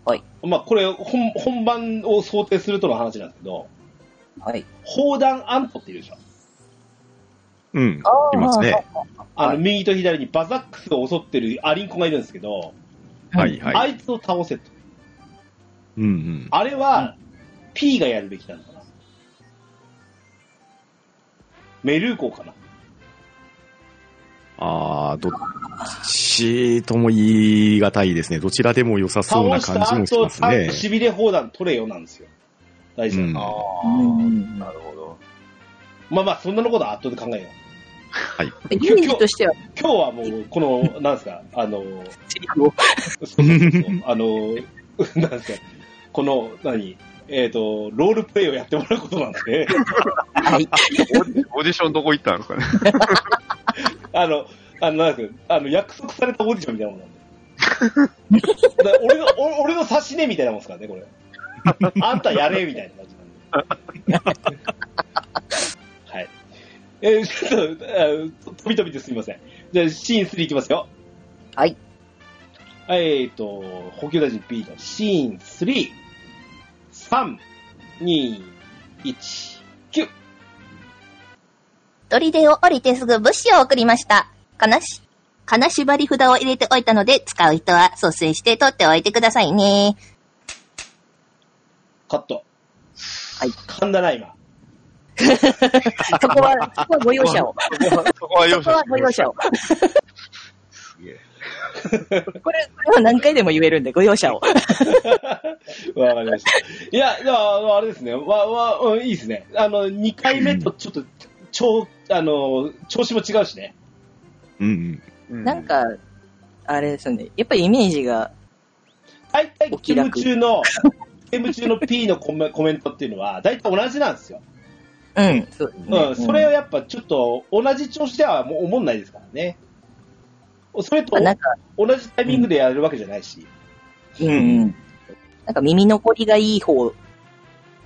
Speaker 4: はい。
Speaker 1: まあ、これ本、本番を想定するとの話なんですけど、
Speaker 4: はい。
Speaker 1: 砲弾アントっているでしょ。
Speaker 2: うん。
Speaker 4: あ
Speaker 2: いますね。
Speaker 1: あ
Speaker 4: は
Speaker 1: の、
Speaker 4: い
Speaker 1: 右と左にバザックスを襲ってるアリンコがいるんですけど、
Speaker 2: はい
Speaker 1: あ
Speaker 2: はい。
Speaker 1: いつを倒せと。
Speaker 2: うんうん。
Speaker 1: あれは、P がやるべきなのかな。メルーコかな。
Speaker 2: ああ、どっちとも言い難いですね。どちらでも良さそうな
Speaker 1: 倒し
Speaker 2: 感じ
Speaker 1: た
Speaker 2: もし
Speaker 1: 後、
Speaker 2: ます
Speaker 1: ちゃん
Speaker 2: ね
Speaker 1: と。しびれ放弾取れよなんですよ。大事なの。
Speaker 2: うん
Speaker 4: うん
Speaker 3: なるほど。
Speaker 1: まあまあ、そんなのことは後で考えよう。
Speaker 4: でイメージ
Speaker 3: (laughs)
Speaker 4: としては、
Speaker 1: 今日はもう、この、なんですか、あの、
Speaker 4: セリフを。
Speaker 1: そうそうそうあの、 (laughs) なんですか、この、何、えっ、と、ロールプレイをやってもらうことなんで、
Speaker 4: はい。
Speaker 3: オーディションどこ行ったんですかね。
Speaker 1: あの、あの、なんですか、あの、約束されたオーディションみたいなもんなんで。だから俺の、俺俺の差しねみたいなもんですからね、これ。あんたやれみたいな感じなんで。はい。えーちょっと、あー飛び飛びですみません。じゃあ、シーン3いきますよ。
Speaker 4: はい。
Speaker 1: えっ、と、補給大臣 B のシーン3、3、2、1、9。
Speaker 6: 砦を降りてすぐ物資を送りました。金し、金縛り札を入れておいたので、使う人は蘇生して取っておいてくださいね。
Speaker 1: カット。
Speaker 4: はい
Speaker 1: 噛んだな、今。
Speaker 4: そこは、そこはご容
Speaker 3: (laughs)
Speaker 4: 赦を。
Speaker 3: そこは
Speaker 4: そ
Speaker 3: 容
Speaker 4: こ
Speaker 3: 赦
Speaker 4: はご容赦を。こ
Speaker 3: すげえ
Speaker 4: れ、これは何回でも言えるんで、ご容赦を。
Speaker 1: わかりました。いや、ではあれですね。わ、わ、うんいいですね。あの、2回目とちょっと、調、あの、調子も違うしね。
Speaker 2: うんうん。
Speaker 4: なん、か、あれですね。やっぱりイメージが、
Speaker 1: 大体、
Speaker 4: お
Speaker 1: ゲ
Speaker 4: 気
Speaker 1: ーム
Speaker 4: 楽
Speaker 1: 中の、ゲーム中の P のコメコメントっていうのは、大体同じなんですよ。
Speaker 4: うん、そうですね。
Speaker 1: うん、それをやっぱちょっと、同じ調子ではもう思んないですからね。それと
Speaker 4: うん、なんか、
Speaker 1: 同じタイミングでやるわけじゃないし。
Speaker 4: うんうん。なんか耳残りがいい方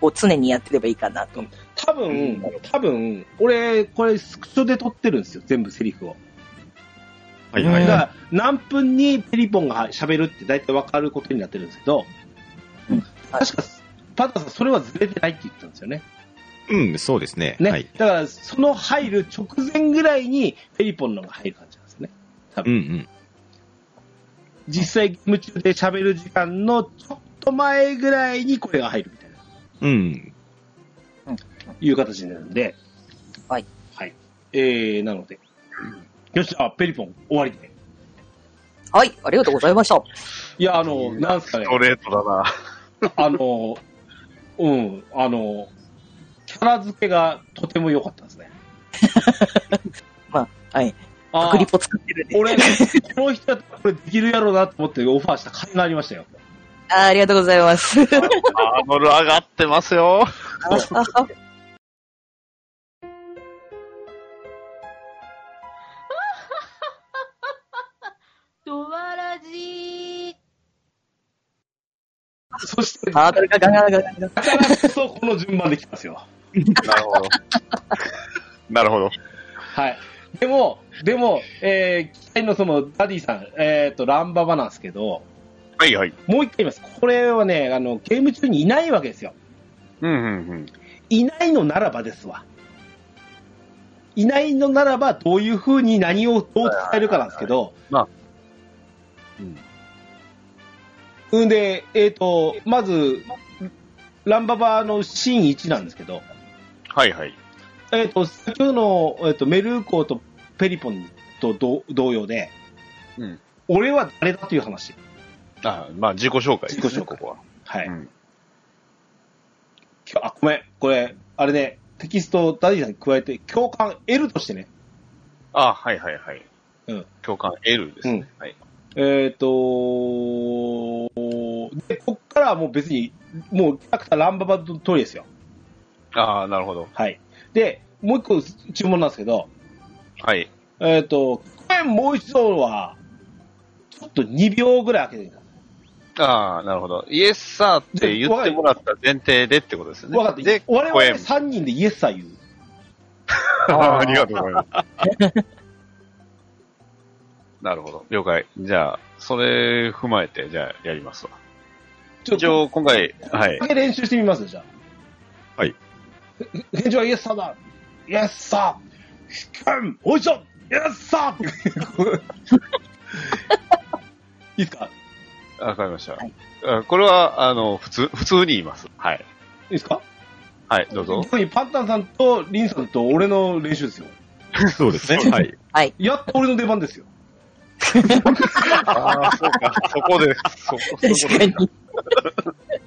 Speaker 4: を常にやってればいいかなと。
Speaker 1: 多分、多分、俺、これスクショで撮ってるんですよ、全部セリフを。
Speaker 2: はいは
Speaker 1: だ
Speaker 2: い
Speaker 1: か
Speaker 2: は
Speaker 1: ら、何分にペリポンが喋るって大体わかることになってるんですけど、
Speaker 4: うんはい
Speaker 1: 確か、パターさん、それはずれてないって言ってたんですよね。
Speaker 2: い。うん、そうですね。
Speaker 1: ね。
Speaker 2: はい。
Speaker 1: だから、その入る直前ぐらいにペリポンのが入る感じなんですね。
Speaker 2: うんうん。
Speaker 1: 実際、夢中で喋る時間のちょっと前ぐらいに声が入るみたいな。
Speaker 2: うん。
Speaker 1: いう形になるんで。
Speaker 4: はい。
Speaker 1: はい。えー、なので。よし、あ、ペリポン、終わりね。
Speaker 4: はい、ありがとうございました。
Speaker 1: いや、あの、なんすかね
Speaker 3: ス、トレートだな。
Speaker 1: あの、うん、あの、キャラ付けがとても良かったですね。
Speaker 4: まあ、はい。
Speaker 1: あ
Speaker 4: アクリポ作ってるんで。
Speaker 1: 俺、 (laughs) この人だったらこれできるやろうなと思ってオファーした甲斐がありましたよ。
Speaker 4: あーありがとうございます。
Speaker 3: ハードル上がってますよ。
Speaker 7: ドワラジー。
Speaker 1: そして、だ
Speaker 4: ハードルがガンガンガンガンガン。
Speaker 1: からこそこの順番で来たんですよ。
Speaker 3: なるほど。なるほど。
Speaker 1: はい。でも、でも、えー、期待のその、ダディさん、えっ、と、ランババなんですけど、
Speaker 3: はいはい。
Speaker 1: もう一回言います。これはね、あの、ゲーム中にいないわけですよ。
Speaker 3: うんうんうん。
Speaker 1: いないのならばですわ。いないのならば、どういうふうに何をどう伝えるかなんですけど、
Speaker 3: はいはい
Speaker 1: うんで、えっ、と、まず、ランババのシーン1なんですけど、
Speaker 3: はいはい。
Speaker 1: えっ、と、先ほどの、えー、とメルーコーとペリポンと同同様で、
Speaker 3: うん
Speaker 1: 俺は誰だという話。
Speaker 3: あまあ、自己紹介ですね、
Speaker 1: 自己紹介
Speaker 3: ここは。
Speaker 1: はい。
Speaker 3: うん
Speaker 1: あ、ごめん、これ、あれね、テキストをダディさんに加えて、共感 L としてね、
Speaker 3: あはいはいはい。
Speaker 1: うん
Speaker 3: 共感 L ですね。はい。
Speaker 1: えっ、とで、こっからはもう別に、もうキャラクターランババの通りですよ。
Speaker 3: ああ、なるほど。
Speaker 1: はい。で、もう一個注文なんですけど、
Speaker 3: はい。
Speaker 1: えっ、と、これもう一度は、ちょっと2秒ぐらい開けてみた。
Speaker 3: ああ、なるほど。イエスサーって言ってもらった前提でってことですね。
Speaker 1: 分かった。
Speaker 3: で、
Speaker 1: 我々
Speaker 3: 声も
Speaker 1: 3人でイエスさ言う。
Speaker 3: (laughs)
Speaker 5: ありがとうございます。
Speaker 3: なるほど。了解。じゃあ、それ踏まえて、じゃあ、やりますわ。
Speaker 1: ちょっ
Speaker 3: 一
Speaker 1: と、
Speaker 3: 応、今回、はい
Speaker 1: だ。け練習してみますじゃあ。
Speaker 2: はい。
Speaker 1: 返事はイエスさだイエスさうんおいしょイエス
Speaker 3: (laughs)
Speaker 1: さいいですか
Speaker 3: あわかりました。
Speaker 4: はい
Speaker 3: あこれは、あの、普通、普通に言います。はい。
Speaker 1: いいですか
Speaker 3: はい、どうぞ。
Speaker 1: 特にパンタンさんとリンさんと俺の練習ですよ。
Speaker 2: そうです (laughs) ね。はい。
Speaker 1: やっと俺の出番ですよ。
Speaker 3: ああ、そうか。 (laughs) そこで、そこ、そこ
Speaker 4: 確かに。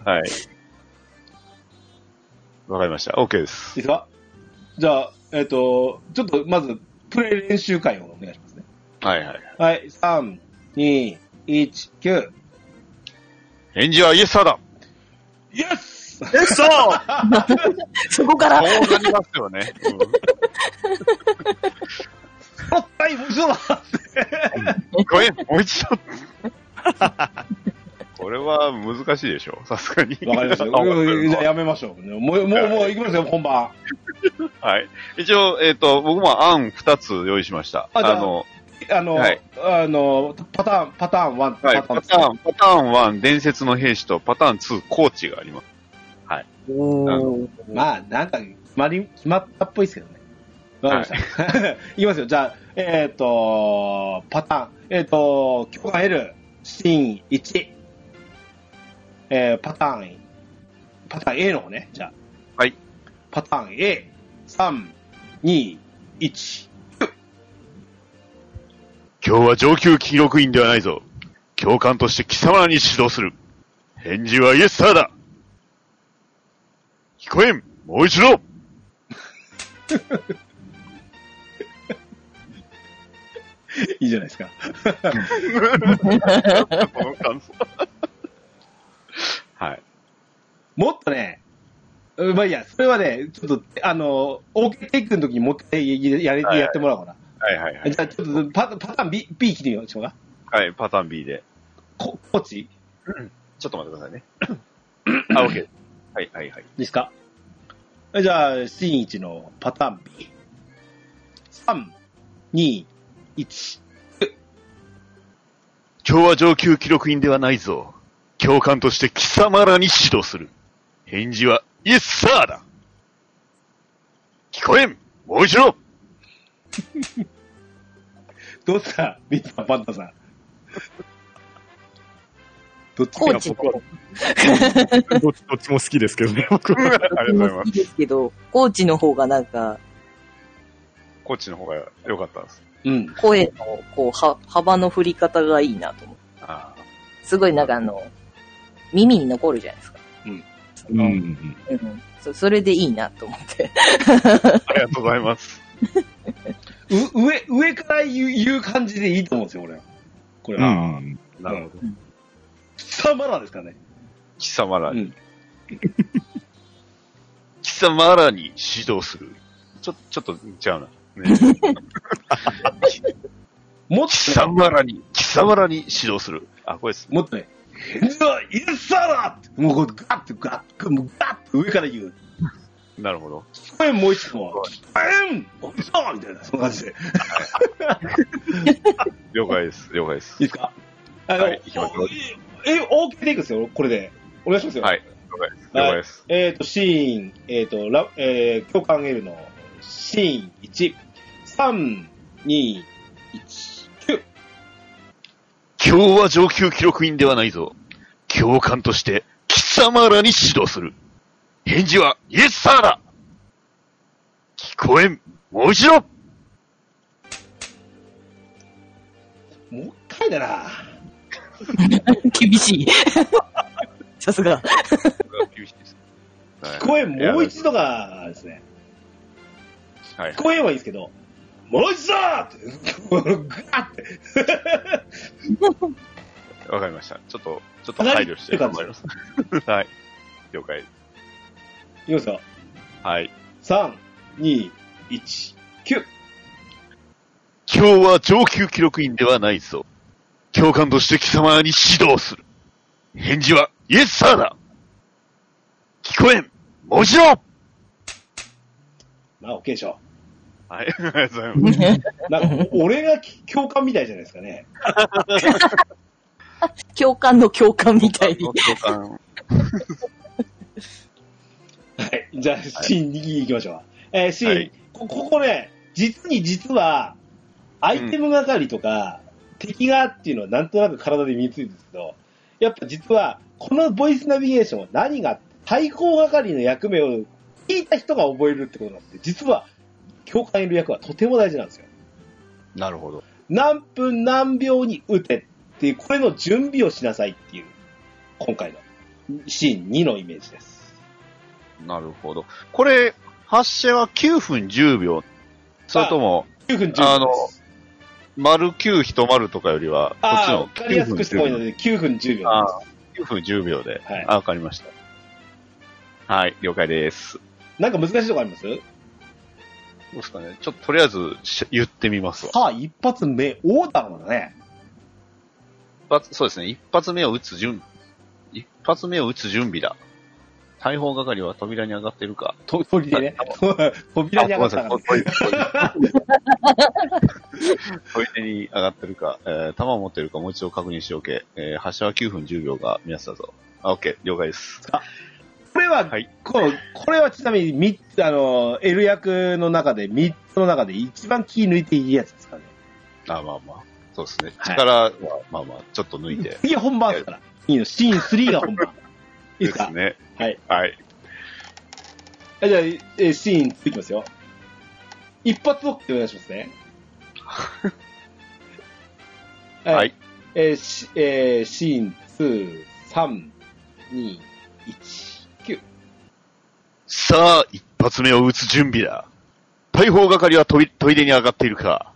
Speaker 3: はい。わかりました。OK で
Speaker 1: いい
Speaker 3: す。
Speaker 1: ですかじゃあ、えっ、と、ちょっとまず、プレイ練習会をお願いしますね。
Speaker 3: はいはい。
Speaker 1: はい、3、2、1、9。
Speaker 3: 返事はイエスサーだ
Speaker 1: イエス
Speaker 3: イエスサー
Speaker 4: そこから、
Speaker 3: そうなりますよね。
Speaker 1: このタイム嘘だ
Speaker 3: うん、ごめん、もう一度。これは難しいでしょさすがに。
Speaker 1: わかりました。
Speaker 3: あ
Speaker 1: うんじゃあやめましょう。もう、もう、もう行きますよ、本番。
Speaker 3: (laughs) はい。一応、えっ、と、僕も案二つ用意しました。
Speaker 1: あじゃあ
Speaker 3: あの、
Speaker 1: あの、
Speaker 3: はい
Speaker 1: あの、パターン、パターン1、
Speaker 3: はい、
Speaker 1: パ
Speaker 3: パ
Speaker 1: タ
Speaker 3: タ
Speaker 1: ーン
Speaker 3: ーン、パターン1、伝説の兵士と、パターン2、コーチがあります。
Speaker 4: おー
Speaker 1: 2。まあ、なんか、決まり、決まったっぽいですけどね。わかりました。 (laughs) い、きますよ。じゃあ、えっ、と、パターン、えっ、と、許可得る、シーン1。えー、パターン、パターン A の方ね、じゃあ。
Speaker 3: はい。
Speaker 1: パターン A、3、2、1。
Speaker 5: 今日は上級記録員ではないぞ。教官として貴様らに指導する。返事はイエスサーだ。聞こえん、もう一
Speaker 3: (laughs)
Speaker 5: 度。
Speaker 1: いいじゃないですか。
Speaker 3: この感想 (laughs) はい。
Speaker 1: もっとね、うんまあいいや、それはね、ちょっと、あの、OK テイクの時にもう一回やれ
Speaker 3: はいはい
Speaker 1: やってもらおうか
Speaker 3: はいはいは
Speaker 1: な。
Speaker 3: い。
Speaker 1: じゃあ、ちょっとパパターン B、B 切ってみようしようか。
Speaker 3: はい、パターン B で。
Speaker 1: こ、こっち
Speaker 3: ちょっと待ってくださいね。 (coughs) あ、OK。はいはいはい。
Speaker 1: ですかじゃあ、シーン1のパターン B。3、2、1。
Speaker 5: 今日は上級記録員ではないぞ。教官として貴様らに指導する。返事はイエスサーだ。聞こえん、もう一度。
Speaker 1: どうですかミンさん、パンタさん。どっち
Speaker 4: コーチ
Speaker 1: が
Speaker 4: って、好
Speaker 2: どっちどっちも好きですけ (laughs) どね、僕は。
Speaker 3: (laughs) ありがとうございま
Speaker 4: き
Speaker 3: す。
Speaker 4: ですけど、コーチの方がなんか、
Speaker 3: こっちの方が良かったです。
Speaker 1: うん。
Speaker 4: 声の、こう、は、幅の振り方がいいなと思って。
Speaker 3: あー
Speaker 4: すごいなんかあの、耳に残るじゃないですか。
Speaker 2: うんうんうん。
Speaker 4: うん。そそれでいいなと思って。
Speaker 3: ありがとうございます。
Speaker 1: う上、上から言う言う感じでいいと思うんですよ、俺は。これ
Speaker 2: う
Speaker 1: は。
Speaker 2: ん
Speaker 3: なるほど。
Speaker 1: 貴様らですかね。
Speaker 3: 貴様ら
Speaker 1: う
Speaker 3: に
Speaker 1: ん。
Speaker 3: 貴様らに指導する。ちょ、ちょっと違うな。 (laughs) ね
Speaker 1: もっ
Speaker 3: 貴
Speaker 1: とね、
Speaker 3: 様らに、貴様らに指導する。あ、これです。
Speaker 1: もっとね、返事はイエスサーだって、もうこうガッてガッて、もうガッて上から言う。
Speaker 3: なるほど。
Speaker 1: 聞こえん、もう一度。聞こえんおいしょみたいな、そんな感じで。い
Speaker 3: 了解です。了解です
Speaker 1: い。ですかあの、
Speaker 3: は
Speaker 1: え
Speaker 3: い行きましょう
Speaker 1: え、OK でいくんですよ、これで。お願いしますよ。
Speaker 3: はい。了解です。
Speaker 1: えっ、と、シーン、えっ、と、ラ、えー、教官エルのシーン1。 3、2、1、9。
Speaker 3: 今日は上級記録員ではないぞ。教官として、貴様らに指導する。返事は、イエスサーだ聞こえん、もう一度
Speaker 1: もう一回だな。
Speaker 4: 厳しい。さすが。
Speaker 3: 厳しいです。
Speaker 1: 聞こえんもう一度がですね。
Speaker 3: はい
Speaker 1: 聞。こえんはいいですけど、もう一度って、 (laughs) グワって、
Speaker 3: わかりました。ちょっと、ちょっと配慮して頑張ります。 (laughs) はい。了解。
Speaker 1: いきますか。
Speaker 3: はい。
Speaker 1: 3、2、1、9。
Speaker 3: 今日は上級記録員ではないぞ。教官として貴様に指導する。返事は、イエスサーだ聞こえんもちろん
Speaker 1: まあ、OK でしょ
Speaker 3: はい、ありがとうござ
Speaker 1: (laughs)
Speaker 3: います。
Speaker 1: う。なんか、
Speaker 3: (laughs)
Speaker 1: 俺が教官みたいじゃないですかね。
Speaker 4: 教官の教官みたいに。
Speaker 3: 教官。
Speaker 1: はい。じゃあ、シーン2行きましょう。えーシーン、
Speaker 3: はい
Speaker 1: こここね、実に実は、アイテム係とか、敵がっていうのはなんとなく体で身についてるんですけど、やっぱ実は、このボイスナビゲーションは何が、対抗係の役目を聞いた人が覚えるってことなんで、実は、教官いる役はとても大事なんですよ。
Speaker 3: なるほど。
Speaker 1: 何分何秒に打てっていう、これの準備をしなさいっていう、今回のシーン2のイメージです。
Speaker 3: なるほど。これ、発射は9分10秒。それとも、
Speaker 1: 9分10秒です。
Speaker 3: あの丸9、一丸とかよりは、こっち
Speaker 1: ああ、
Speaker 3: の
Speaker 1: わかりやすくしてもいいの
Speaker 3: 秒。
Speaker 1: で、9分10秒
Speaker 3: ああ、9分10秒で。
Speaker 1: はい
Speaker 3: あ、わかりました。はい、了解です。
Speaker 1: なんか難しいとこあります
Speaker 3: どうですかね。ちょっととりあえずし言ってみますわ。
Speaker 1: さあ、一発目、オーダーだね。
Speaker 3: 一発、そうですね。一発目を打つ準、一発目を打つ準備だ。大砲係は扉に上がってるか。
Speaker 1: と扉でね。扉に上がったか
Speaker 3: あご
Speaker 1: ら
Speaker 3: めんなさいトイレに上がってるか、えー、弾を持ってるかもう一度確認しようけ。えー、発射は9分10秒が目安だぞ。あ、OK、了解です。
Speaker 1: これは、
Speaker 3: はい
Speaker 1: こうこれはちなみに三つ、あの、L 役の中で、3つの中で一番気抜いていいやつですからね。
Speaker 3: あ、まあまあ。そうですね。
Speaker 1: はい
Speaker 3: 力は、まあまあ、ちょっと抜いて。
Speaker 1: 次本番ですから。いいの、シーン3が本番。いいですか
Speaker 3: ですね。
Speaker 1: はい。
Speaker 3: はい。
Speaker 1: あじゃあ、えーシーン続きますよ。一発 OK お願いしますね。
Speaker 3: はい。。
Speaker 1: えーしえーシーン2、3、2、1、9。
Speaker 3: さあ、一発目を撃つ準備だ。大砲係はトイトイレに上がっているか。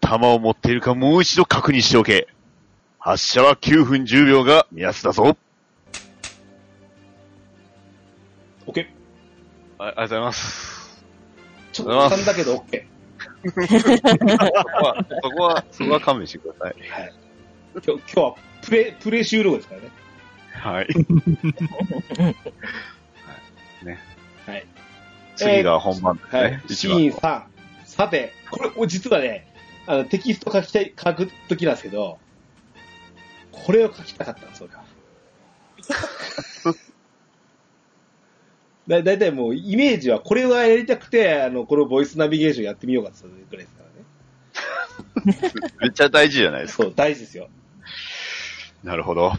Speaker 3: 弾を持っているかもう一度確認しておけ。発射は9分10秒が目安だぞ。
Speaker 1: OK。
Speaker 3: ありがとうございます。
Speaker 1: ちょっと噛んだけど OK。
Speaker 3: そこは、そこは、そこは勘弁してください。
Speaker 1: 今日今日はプレプレ収録ですからね。
Speaker 3: はい。ね。
Speaker 1: はい。
Speaker 3: 次が本番です
Speaker 1: はい
Speaker 3: ね。。
Speaker 1: シ
Speaker 3: 一番
Speaker 1: ーン3。さて、これ、お実はね、あのテキスト書きたい、書くときなんですけど、これを書きたかったんです、俺は。 (laughs) だだいたいもうイメージはこれはやりたくて、あの、このボイスナビゲーションやってみようかってそれくらいですからね。
Speaker 3: めっちゃ大事じゃないですか。
Speaker 1: そう、大事ですよ。
Speaker 3: なるほど。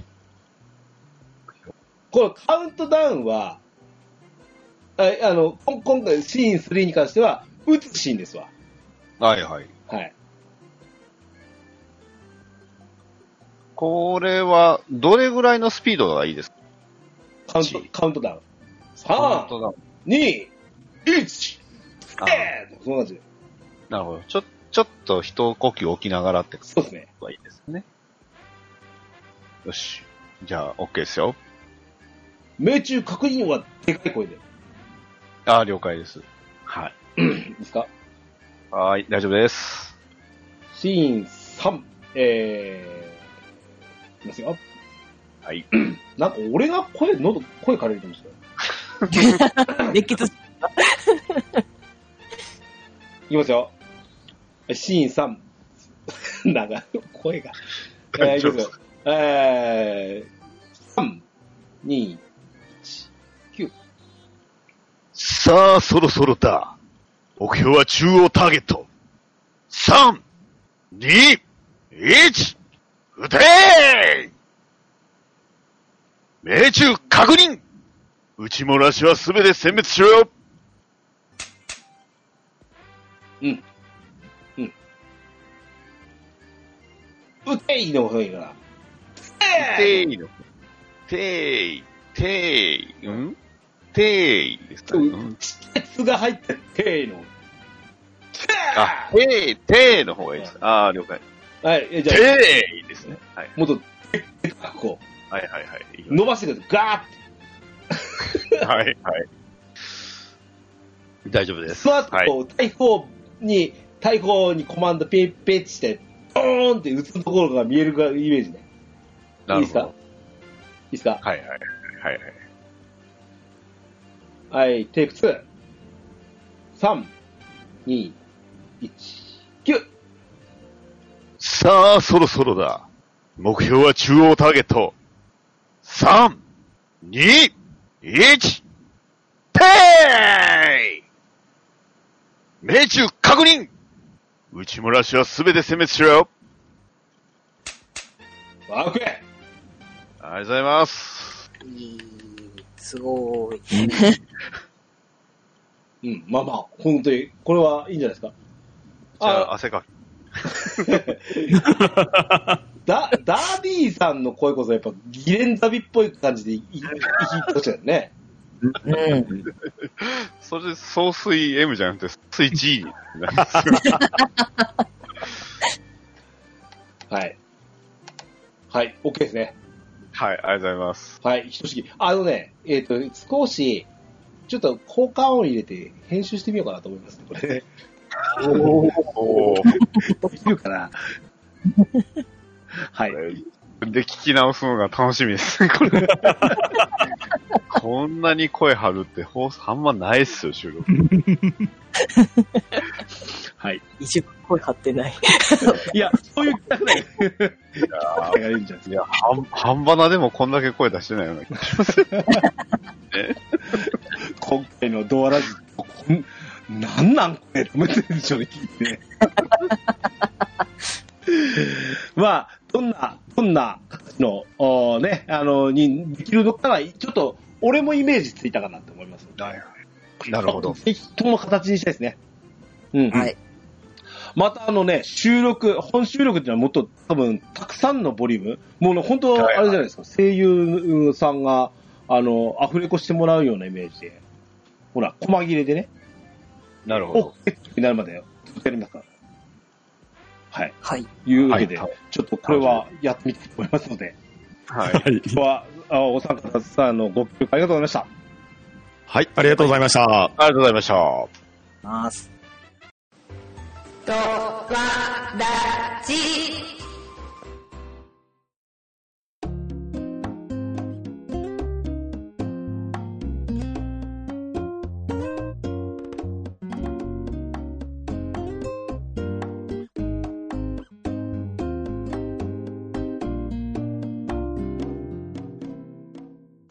Speaker 1: このカウントダウンは、ああの、こん今回シーン3に関しては、打つシーンですわ。
Speaker 3: はいはい。
Speaker 1: はい。
Speaker 3: これは、どれぐらいのスピードがいいですか
Speaker 1: カウント
Speaker 3: 一、
Speaker 1: カウントダウン。
Speaker 3: 本
Speaker 1: 3、
Speaker 3: 当だ。
Speaker 1: 2、1、
Speaker 3: あ
Speaker 1: えーそんな感じで。
Speaker 3: なるほど。ちょ、ちょっと一呼吸置きながらってこ
Speaker 1: そうですね。
Speaker 3: とがいいですね。よし。じゃあ、OK ですよ。
Speaker 1: 命中確認はでかい声で。い
Speaker 3: ああ、了解です。はい。
Speaker 1: いですか
Speaker 3: はーい、大丈夫です。
Speaker 1: シーン3、えー、いきますよ。
Speaker 3: はい。
Speaker 1: なんか俺が声、喉、声枯れるかもしれない。
Speaker 4: 熱血。
Speaker 1: いきますよ。シーン3。なんか、声が。えー、いきますよ。えー、3、2、
Speaker 3: さあ、そろそろだ。目標は中央ターゲット。三、二、一、撃てー命中確認撃ち漏らしはすべて殲滅しろよ
Speaker 1: うん。うん。うていの方がいいかな。
Speaker 3: ていの。てい、てい、んていですかね。うん
Speaker 1: 鉄が入ってるていの。
Speaker 3: あ、てい、ていの方がいいです。ああ、了解。
Speaker 1: はい、えじゃあ、
Speaker 3: ていですね。はい、
Speaker 1: もっと、手とこ
Speaker 3: はい、はい、はい。
Speaker 1: う、伸ばしてください。ガーッ
Speaker 3: はい、はい。大丈夫で
Speaker 1: て、
Speaker 3: す。
Speaker 1: スワッ
Speaker 3: は
Speaker 1: と、大砲に、大砲にコマンドピッピッして、ドーンって打つところが見えるかイメージね。いいですかい
Speaker 3: はい
Speaker 1: ですか
Speaker 3: い、はい、はい、はい。
Speaker 1: はい、テイク2。3、2、1、9。
Speaker 3: さあ、そろそろだ。目標は中央ターゲット。3、2、1、てーい命中確認内村氏はすべて殲滅しろよ。
Speaker 1: ワークエ
Speaker 3: ありがとうございます。
Speaker 4: いいすごーい。
Speaker 1: うん、まあまあ、本当に、これはいいんじゃないですか。
Speaker 5: じゃあ、汗かき。
Speaker 1: ダ、ダーディーさんの声こそやっぱギレンザビっぽい感じでいい、いい、としたよね。
Speaker 4: うん。
Speaker 5: それで、総水 M じゃなくて、水 G に。
Speaker 1: はい。はい、OK ですね。
Speaker 5: はい、ありがとうございます。
Speaker 1: はい、ひとしき。あのね、えっ、と、少し、ちょっと効果音入れて編集してみようかなと思いますね、これ (laughs) ね。
Speaker 5: おお。
Speaker 1: できるかなはい。
Speaker 5: で、聞き直すのが楽しみ (laughs) ですね、これ。こんなに声張るって、放送あんまないっすよ、収 (laughs) 録。
Speaker 1: はい。
Speaker 4: 一番声張ってない。
Speaker 1: いや、そういう企画だよ。がいいんじゃないです
Speaker 5: いや、半、半ばなでもこんだけ声出してないような気がします。
Speaker 1: か。今回のドアラジ、こんなんなんこれ、止めてるでしょうね、聞い (laughs) て。まあ、どんな、どんな形の、おーね、あの、に、できるのかが、ちょっと、俺もイメージついたかなと思います。
Speaker 5: なるほど。
Speaker 1: ぜひとも形にしたいですね。うん。
Speaker 4: はい。
Speaker 1: またあのね、収録、本収録っていうのはもっと多分、たくさんのボリューム、もうね本当、あれじゃないですか、声優さんが、あの、アフレコしてもらうようなイメージで、ほら、細切れでね、
Speaker 5: なる
Speaker 1: お。えっになるまで、やりますから。はい。
Speaker 4: はい。
Speaker 1: いうわけで、
Speaker 5: はい
Speaker 1: ちょっとこれはやってみたいと思いますので、
Speaker 5: はい。
Speaker 2: はい。
Speaker 1: 今日は、あお三方さんのご協力ありがとうございました。
Speaker 2: はい、ありがとうございました。
Speaker 5: ありがとうございました。
Speaker 4: ます。
Speaker 6: ドワラジ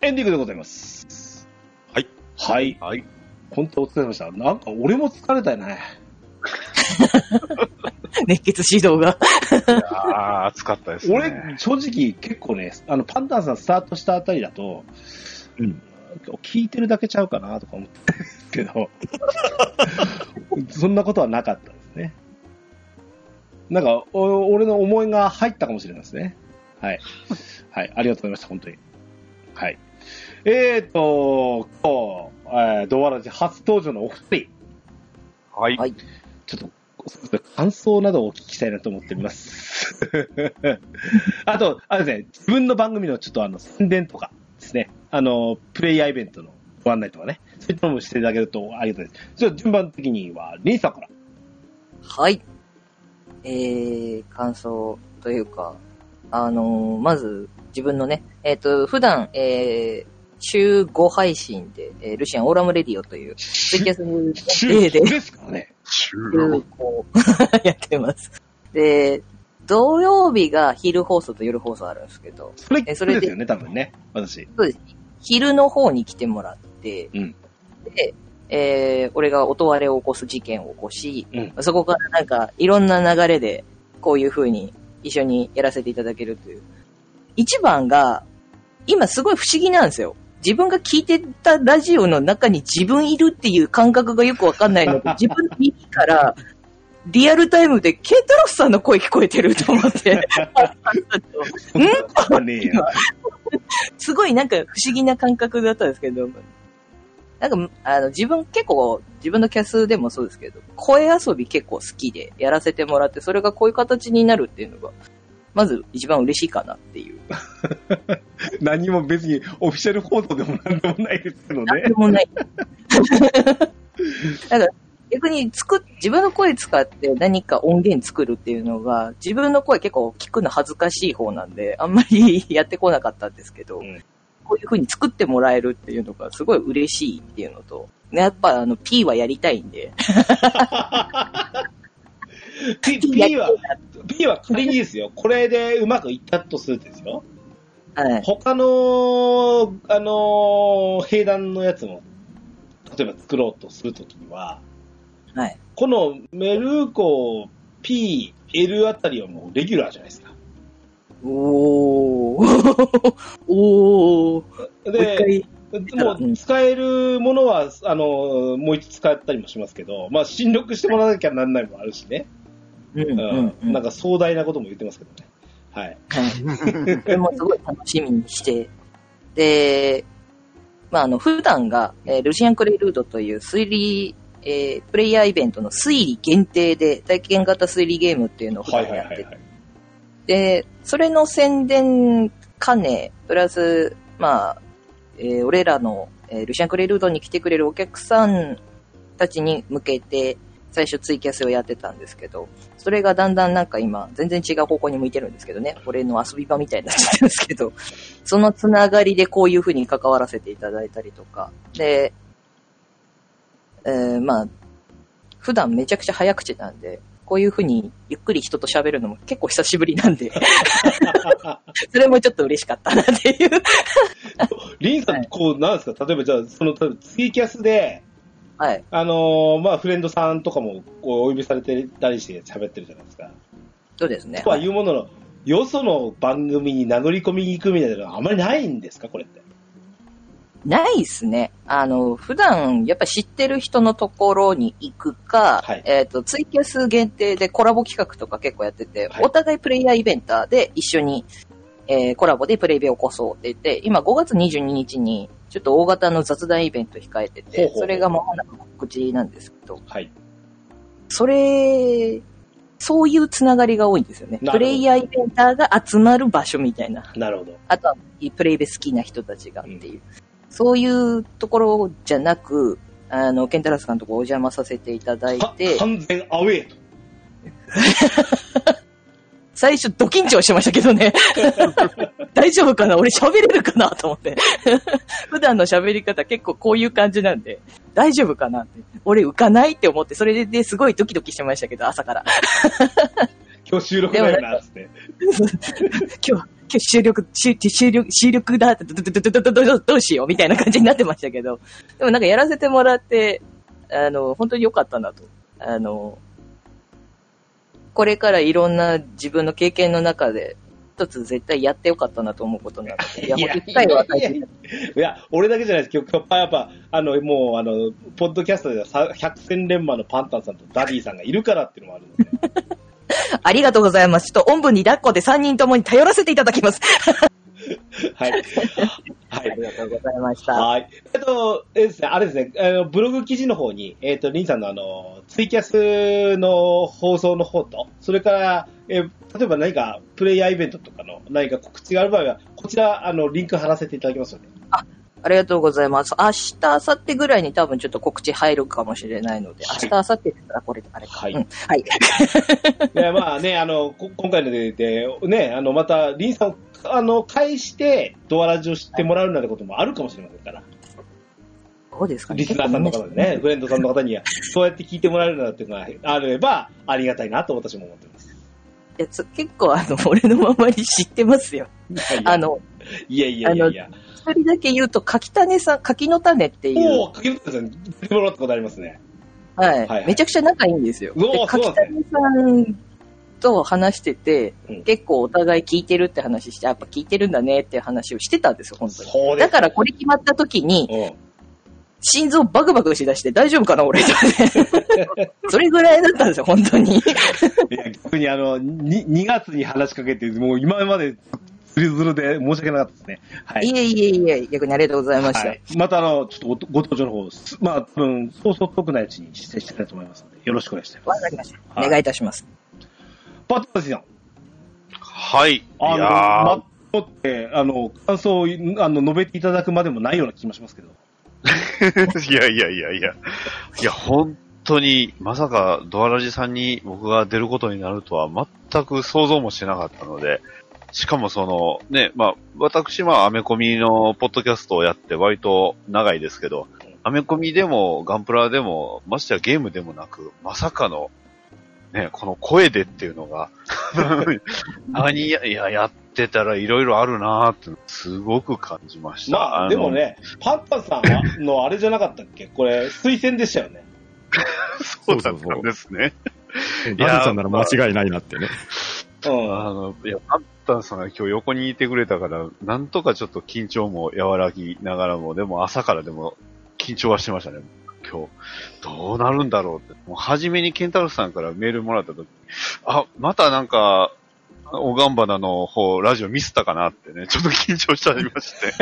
Speaker 1: エンディングでございます。
Speaker 2: はい。
Speaker 1: はい。
Speaker 5: はい。
Speaker 1: 本当お疲れ様でした。なんか俺も疲れたよね。
Speaker 4: 熱血指導が。
Speaker 5: ああ、暑かったですね。
Speaker 1: 俺、正直結構ね、あの、パンダンさんスタートしたあたりだと、
Speaker 2: うん
Speaker 1: 聞いてるだけちゃうかなとか思ってるんですけど、 (laughs) そんなことはなかったですね。なんか、お俺の思いが入ったかもしれないですね。はい。はい、ありがとうございました、本当に。はい。えーと、今日、えー、ドアラジ初登場のお二人、
Speaker 5: はい。
Speaker 4: はい
Speaker 1: ちょっと、そうですね感想などをお聞きしたいなと思っております。 (laughs) あと、あれですね、自分の番組のちょっとあの、宣伝とかですね、あの、プレイヤーイベントのご案内とかね、そういったのもしていただけるとありがたいです。じゃあ、順番的には、リンさんから。
Speaker 4: はい。えー、感想というか、あのーまず、自分のね、えっ、と、普段、えー、週5配信で、えールシアンオーラムレディオという、ツイキャスに、
Speaker 1: 中
Speaker 4: で、
Speaker 1: ですからね。
Speaker 5: 収
Speaker 4: 週
Speaker 5: 録。
Speaker 4: こう (laughs) やってます。で、土曜日が昼放送と夜放送あるんですけど、
Speaker 1: それ、
Speaker 4: え
Speaker 1: そ
Speaker 4: そ
Speaker 1: れ
Speaker 4: れで
Speaker 1: ですよね、多分ね、私。
Speaker 4: そうです。昼の方に来てもらって、
Speaker 1: うん
Speaker 4: で、えー俺が音割れを起こす事件を起こし、
Speaker 1: うん
Speaker 4: そこからなんか、いろんな流れで、こういう風に一緒にやらせていただけるという。一番が、今すごい不思議なんですよ。自分が聞いてたラジオの中に自分いるっていう感覚がよくわかんな
Speaker 1: (laughs)
Speaker 4: いので、自分の耳から、リアルタイムでケンタロスさんの声聞こえてると思っ
Speaker 1: (laughs)
Speaker 4: て、(laughs) ん
Speaker 1: あねえや。
Speaker 4: すごいなんか不思議な感覚だったんですけど、なんか、あの、自分結構、自分のキャスでもそうですけど、声遊び結構好きでやらせてもらって、それがこういう形になるっていうのが、まず一番嬉しいかなっていう。
Speaker 1: 何も別にオフィシャル報道でもなんでもないですけど
Speaker 4: なん
Speaker 1: ね
Speaker 4: で。
Speaker 1: (laughs)
Speaker 4: もない。だから、逆に作っ、自分の声使って何か音源作るっていうのが、自分の声結構聞くの恥ずかしい方なんで、あんまりやってこなかったんですけど、
Speaker 1: うん
Speaker 4: こういう風に作ってもらえるっていうのがすごい嬉しいっていうのと、ねやっぱあの P はやりたいんで、
Speaker 1: P, P は、P は仮にですよ。これでうまくいったとするんですよ。
Speaker 4: はい。
Speaker 1: 他の、あのー、兵団のやつも、例えば作ろうとするときには、
Speaker 4: はい。
Speaker 1: このメルーコ P、L あたりはもうレギュラーじゃないですか。
Speaker 4: おー。 (laughs) おー。もう一
Speaker 1: で、
Speaker 4: 回。
Speaker 1: もう使えるものは、あの、もう一度使ったりもしますけど、まあ、新録してもらわなきゃなんないもあるしね。
Speaker 4: う
Speaker 1: うん
Speaker 4: うん
Speaker 1: ん。
Speaker 4: うん
Speaker 1: なんか壮大なことも言ってますけどね。はい。
Speaker 4: はい。これもすごい楽しみにして。で、まあ、あの、普段が、えールシアンクレルードという推理、えープレイヤーイベントの推理限定で体験型推理ゲームっていうのを普
Speaker 1: は
Speaker 4: 段
Speaker 1: いはい
Speaker 4: やっ
Speaker 1: は
Speaker 4: て
Speaker 1: い
Speaker 4: て
Speaker 1: はい。
Speaker 4: で、それの宣伝兼ね、プラス、まあ、えー俺らの、えールシアンクレルードに来てくれるお客さんたちに向けて、最初ツイキャスをやってたんですけど、それがだんだんなんか今、全然違う方向に向いてるんですけどね、俺の遊び場みたいになっちゃってるんですけど、そのつながりでこういう風に関わらせていただいたりとか、で、えーまあ、普段めちゃくちゃ早口なんで、こういう風にゆっくり人と喋るのも結構久しぶりな
Speaker 1: (laughs)
Speaker 4: んで、それもちょっと嬉しかったなっていう。
Speaker 1: リンさ
Speaker 4: は
Speaker 1: ん、
Speaker 4: い
Speaker 1: こう、なんですか例えばじゃあ、その、例えばツイキャスで、
Speaker 4: はい。
Speaker 1: あのーまあ、フレンドさんとかも、こう、お呼びされてたりして喋ってるじゃないですか。
Speaker 4: そうですね
Speaker 1: と。はいうものの、よその番組に殴り込みに行くみたいなのはあまりないんですかこれって。
Speaker 4: ないっすね。あの、普段、やっぱ知ってる人のところに行くか、
Speaker 1: はい
Speaker 4: えっ、と、ツイキャス限定でコラボ企画とか結構やってて、
Speaker 1: はい
Speaker 4: お互いプレイヤーイベンターで一緒に、えーコラボでプレイベを起こそうって言って、今5月22日に、ちょっと大型の雑談イベント控えて
Speaker 1: ほうほう
Speaker 4: て
Speaker 1: ほ、う
Speaker 4: それがまもなく告知なんですけど、
Speaker 1: はい。
Speaker 4: それ、そういうつながりが多いんですよね
Speaker 1: なるほ。ど
Speaker 4: プレイヤーイベンターが集まる場所みたいな。
Speaker 1: なるほど。
Speaker 4: あとはプレイベ好きな人たちがっていう、そういうところじゃなく、あの、ケンタラスさんのとこお邪魔させていただい
Speaker 1: は
Speaker 4: て、
Speaker 1: 完全アウェイと。
Speaker 4: 最初ド緊張してましたけ
Speaker 1: (laughs)
Speaker 4: どね。大丈夫かな俺喋れるかなと思って。 (laughs) 普段の喋り方結構こういう感じなんで、大丈夫かなって。俺浮かないって思って、それですごいドキドキしてましたけど、朝から。
Speaker 1: 今日収録だよな、つって。
Speaker 4: 今日、今日収録、収収録、収録だ、ど、ど、ど、ど、ど、ど、ど、どうしようみたいな感じになってましたけど、でもなんかやらせてもらって、あの、本当に良かったなと。あの、これからいろんな自分の経験の中で、一つ絶対やってよかったなと思うことなので、いや、
Speaker 1: い
Speaker 4: も
Speaker 1: や
Speaker 4: う一回は与えて
Speaker 1: いやいや、俺だけじゃないです。今日、今日やっぱ、あの、もう、あの、ポッドキャストではさ百戦錬磨のパンタンさんとダディさんがいるからっていうのもあるので。
Speaker 4: ありがとうございます。ちょっと、おんぶに抱っこで3人ともに頼らせていただきます。
Speaker 1: はい。
Speaker 4: あ
Speaker 1: はい
Speaker 4: り。がとうございました。
Speaker 1: はい。えっと、えですね、あれですね、あのブログ記事の方に、えっと、リンさんのあの、ツイキャスの放送の方と、それから、えー例えば何かプレイヤーイベントとかの何か告知がある場合は、こちら、あの、リンク貼らせていただきますので。
Speaker 4: ありがとうございます。明日、明後日ぐらいに多分ちょっと告知入るかもしれないので、
Speaker 1: はい
Speaker 4: 明日、明後日って言ったらこれ、あれか。
Speaker 1: はい
Speaker 4: うんはい。
Speaker 1: いや、まあね、あの、こ今回ので、でね、あの、また、リンさんを、あの、介して、ドアラジを知ってもらうなんてこともあるかもしれませんから、
Speaker 4: どうですかね。
Speaker 1: リスナーさんの方でね、フレンドさんの方には、そうやって聞いてもらえるなんていうのがあれば、ありがたいなと私も思ってます。
Speaker 4: いやつ結構あの、俺の周り知ってますよ。
Speaker 1: はい
Speaker 4: あの、
Speaker 1: いやいやいやいや。
Speaker 4: 一人だけ言うと、柿種さん、柿の種っていう、
Speaker 1: おお、柿本さん、釣りもらったことありますね。
Speaker 4: はい、
Speaker 1: はいはい
Speaker 4: めちゃくちゃ仲いいんですよ。
Speaker 1: うお
Speaker 4: で
Speaker 1: そうな
Speaker 4: 柿
Speaker 1: んです
Speaker 4: 種さんと話してて、
Speaker 1: うん
Speaker 4: 結構お互い聞いてるって話して、やっぱ聞いてるんだねっていう話をしてたんですよ、本当に。
Speaker 1: そうです。
Speaker 4: だからこれ決まった時に、
Speaker 1: うん。
Speaker 4: 心臓バクバクしだして、大丈夫かな、
Speaker 1: (laughs)
Speaker 4: 俺。それぐらいだったんですよ、本当に。
Speaker 1: いや、逆にあの、に2月に話しかけて、もう今までずるずるで申し訳なかったですね。はい。
Speaker 4: いえいえいえ、逆にありがとうございました。
Speaker 1: はい、またあの、ちょっとごご登場の方、すまあ、多分、そうそう遠くないうちに出演していきたいと思いますので、よろしくお願いしたいま
Speaker 4: わ、
Speaker 1: す。
Speaker 4: かりました。
Speaker 1: はい
Speaker 4: お願いいたします。
Speaker 1: パッとですよ。
Speaker 3: はい。い
Speaker 1: あの、
Speaker 3: やー
Speaker 1: まとって、あの、感想を、あの、述べていただくまでもないような気もしますけど。
Speaker 3: (laughs) いやいやいやいや。いや、本当に、まさかドアラジさんに僕が出ることになるとは全く想像もしなかったので、しかもその、ね、まあ、私、まあ、アメコミのポッドキャストをやって割と長いですけど、アメコミでもガンプラでも、ましてやゲームでもなく、まさかの、ね、この声でっていうの (laughs) が、何や、いや、やってたらいろいろあるなーって、すごく感じました。
Speaker 1: まあ、
Speaker 3: の
Speaker 1: でもね、パッタンさんのあれじゃなかったっけこれ、推薦でしたよね。
Speaker 3: そうだったんですね。
Speaker 2: ラジオさんなら間違いないなってね。
Speaker 1: (laughs) うん。
Speaker 3: あの、いや、パンタンさんが今日横にいてくれたから、なんとかちょっと緊張も和らぎながらも、でも朝からでも緊張はしてましたね。今日、どうなるんだろうって。もう初めにケンタロスさんからメールもらった時、あ、またなんか、おがんばなの方、ラジオミスったかなってね、ちょっと緊張しちゃいまして。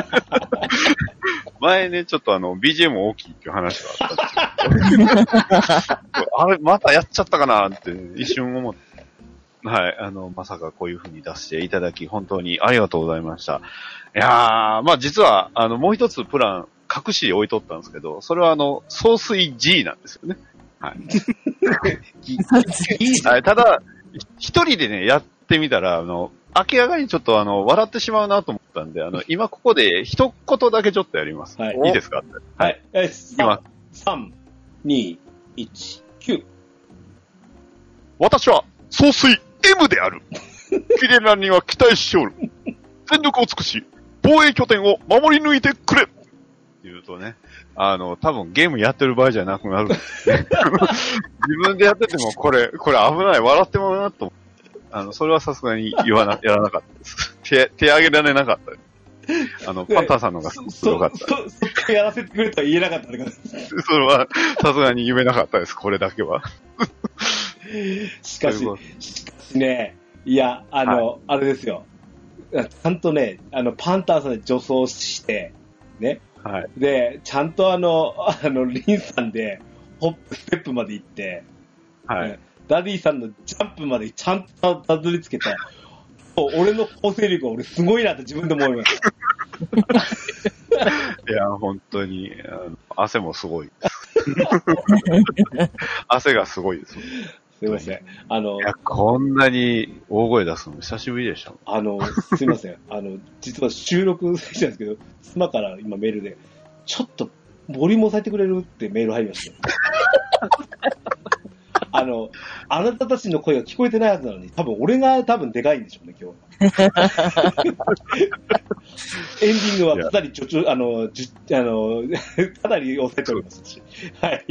Speaker 3: 前ね、ちょっとあの、BGM 大きいっていう話があったんですけどあれ、またやっちゃったかなって一瞬思って。はい。あの、まさかこういう風に出していただき、本当にありがとうございました。いやー、まあ実は、あの、もう一つプラン、隠し置いとったんですけど、それはあの、総水 G なんですよね。はい。ただ、一人でね、やってみたら、あの、明らかにちょっとあの、笑ってしまうなと思ったんで、あの、今ここで一言だけちょっとやります。
Speaker 1: はい
Speaker 3: いいですか
Speaker 1: はい。え
Speaker 3: いきま
Speaker 1: ー、3、2、1、9。
Speaker 3: 私は、総帥 M であ (laughs) る。キレラには期待しておる。全力を尽くし、防衛拠点を守り抜いてくれ言うとね、あの、多分ゲームやってる場合じゃなくな (laughs) るんですね。自分でやってても、これ、これ危ない、笑ってもらうなと思って。あの、それはさすがに言わな、やらなかったです。 (laughs) 手、手上げられなかったです。あの、パンターさんの方がす
Speaker 1: そ
Speaker 3: ごく
Speaker 1: そ
Speaker 3: 良かった。
Speaker 1: そそっからやらせてくれとは言えなかったんだけど、
Speaker 3: それは、さすがに言えなかったです、これだけは。
Speaker 1: しかし
Speaker 3: というこ、
Speaker 1: しかしね、いや、あの、あれですよ。ちゃんとね、あの、パンタンさんで女装して、ね。
Speaker 3: はい。
Speaker 1: で、ちゃんとあの、あの、リンさんで、ホップ、ステップまで行って、
Speaker 3: はい。
Speaker 1: ダディさんのジャンプまでちゃんとたどり着けた。そう俺の構成力は俺すごいなって自分でも思います。
Speaker 3: いや、本当に、あの汗もすごいです。汗がすごいです。い
Speaker 1: すいません。あの、
Speaker 3: や、こんなに大声出すの久しぶりでしたもん。
Speaker 1: あの、すいません。あの、実は収録してたんですけど、妻から今メールで、ちょっと、ボリューム抑えてくれるってメール入りまして。あの、あなたたちの声が聞こえてないはずなのに、多分俺が多分でかいんでしょうね、今日は。エンディングはかなりちょちょ、あの、じゅあの、 (laughs) かなり抑えておりますし。はい。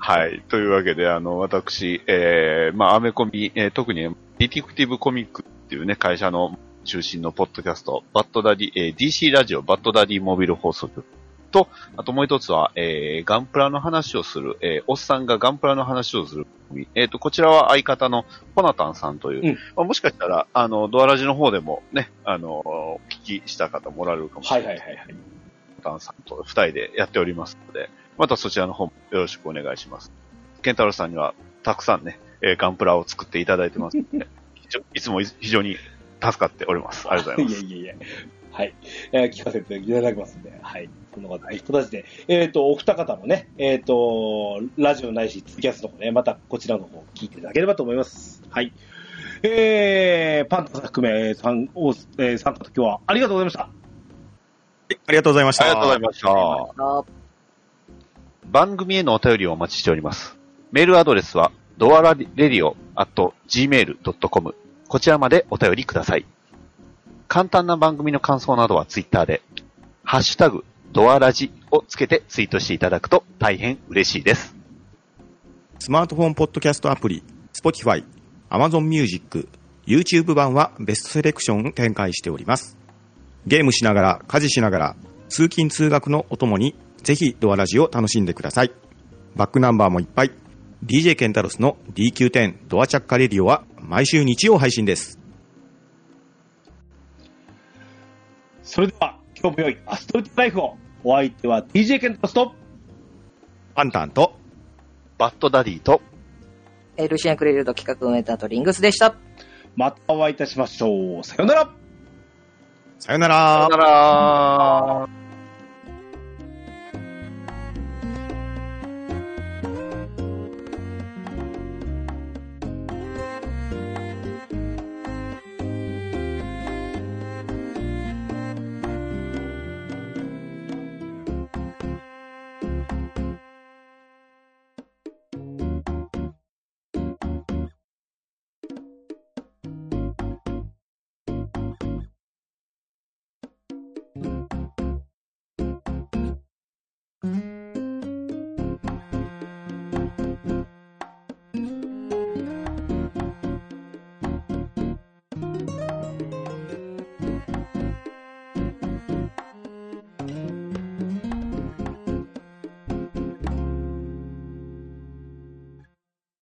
Speaker 3: はい。というわけで、あの、私、えー、まあ、アメコミ、えー特に、ディティクティブコミックっていうね、会社の中心のポッドキャスト、バッドダディ、えー DC ラジオ、バッドダディモビル放送局と、あともう一つは、えー、ガンプラの話をする、えー、おっさんがガンプラの話をする番組。えっ、と、こちらは相方のコナタンさんという、
Speaker 1: うん
Speaker 3: まあ、もしかしたら、あの、ドアラジの方でもね、あの、お聞きした方もおられるかもし
Speaker 1: は
Speaker 3: れ
Speaker 1: い
Speaker 3: な。
Speaker 1: はいいはいはい。
Speaker 3: コナタンさんと二人でやっておりますので、またそちらの方もよろしくお願いします。ケンタロウさんには、たくさんね、えーガンプラを作っていただいてます (laughs) ので、非常いつも非常に助かっております。ありがとうございます。
Speaker 1: いやいやいや。はい。えー聞かせていただきますんで、はい。その形で、えっ、と、お二方もね、えっ、と、ラジオないし、ツイキャスの方ね、またこちらの方聞いていただければと思います。はい。えー、パンタさん含め、さん、お、えー、参加と今日はありがとうございました。
Speaker 2: ありがとうございました。
Speaker 3: ありがとうござ (laughs) いました。
Speaker 4: あ
Speaker 3: 番組へのお便りをお待ちしております。メールアドレスは、ドアラレディオ at gmail.com。こちらまでお便りください。簡単な番組の感想などはツイッターで、ハッシュタグ、ドアラジをつけてツイートしていただくと大変嬉しいです。
Speaker 2: スマートフォンポッドキャストアプリ、Spotify、Amazon Music、YouTube 版はベストセレクションを展開しております。ゲームしながら、家事しながら、通勤通学のお供に、ぜひドアラジを楽しんでください。バックナンバーもいっぱい。DJ ケンタロスの DQ10 ドアチャッカレディオは毎週日曜配信です。
Speaker 1: それでは、今日も良いアストリットライフを。お相手は DJ ケンタスト。
Speaker 2: パンタンと、
Speaker 3: バッドダディと、
Speaker 4: えールシアン・クレリュード企画運営担当リングスでした。
Speaker 1: またお会いいたしましょう。さようなら。
Speaker 2: さよなら
Speaker 3: さよなら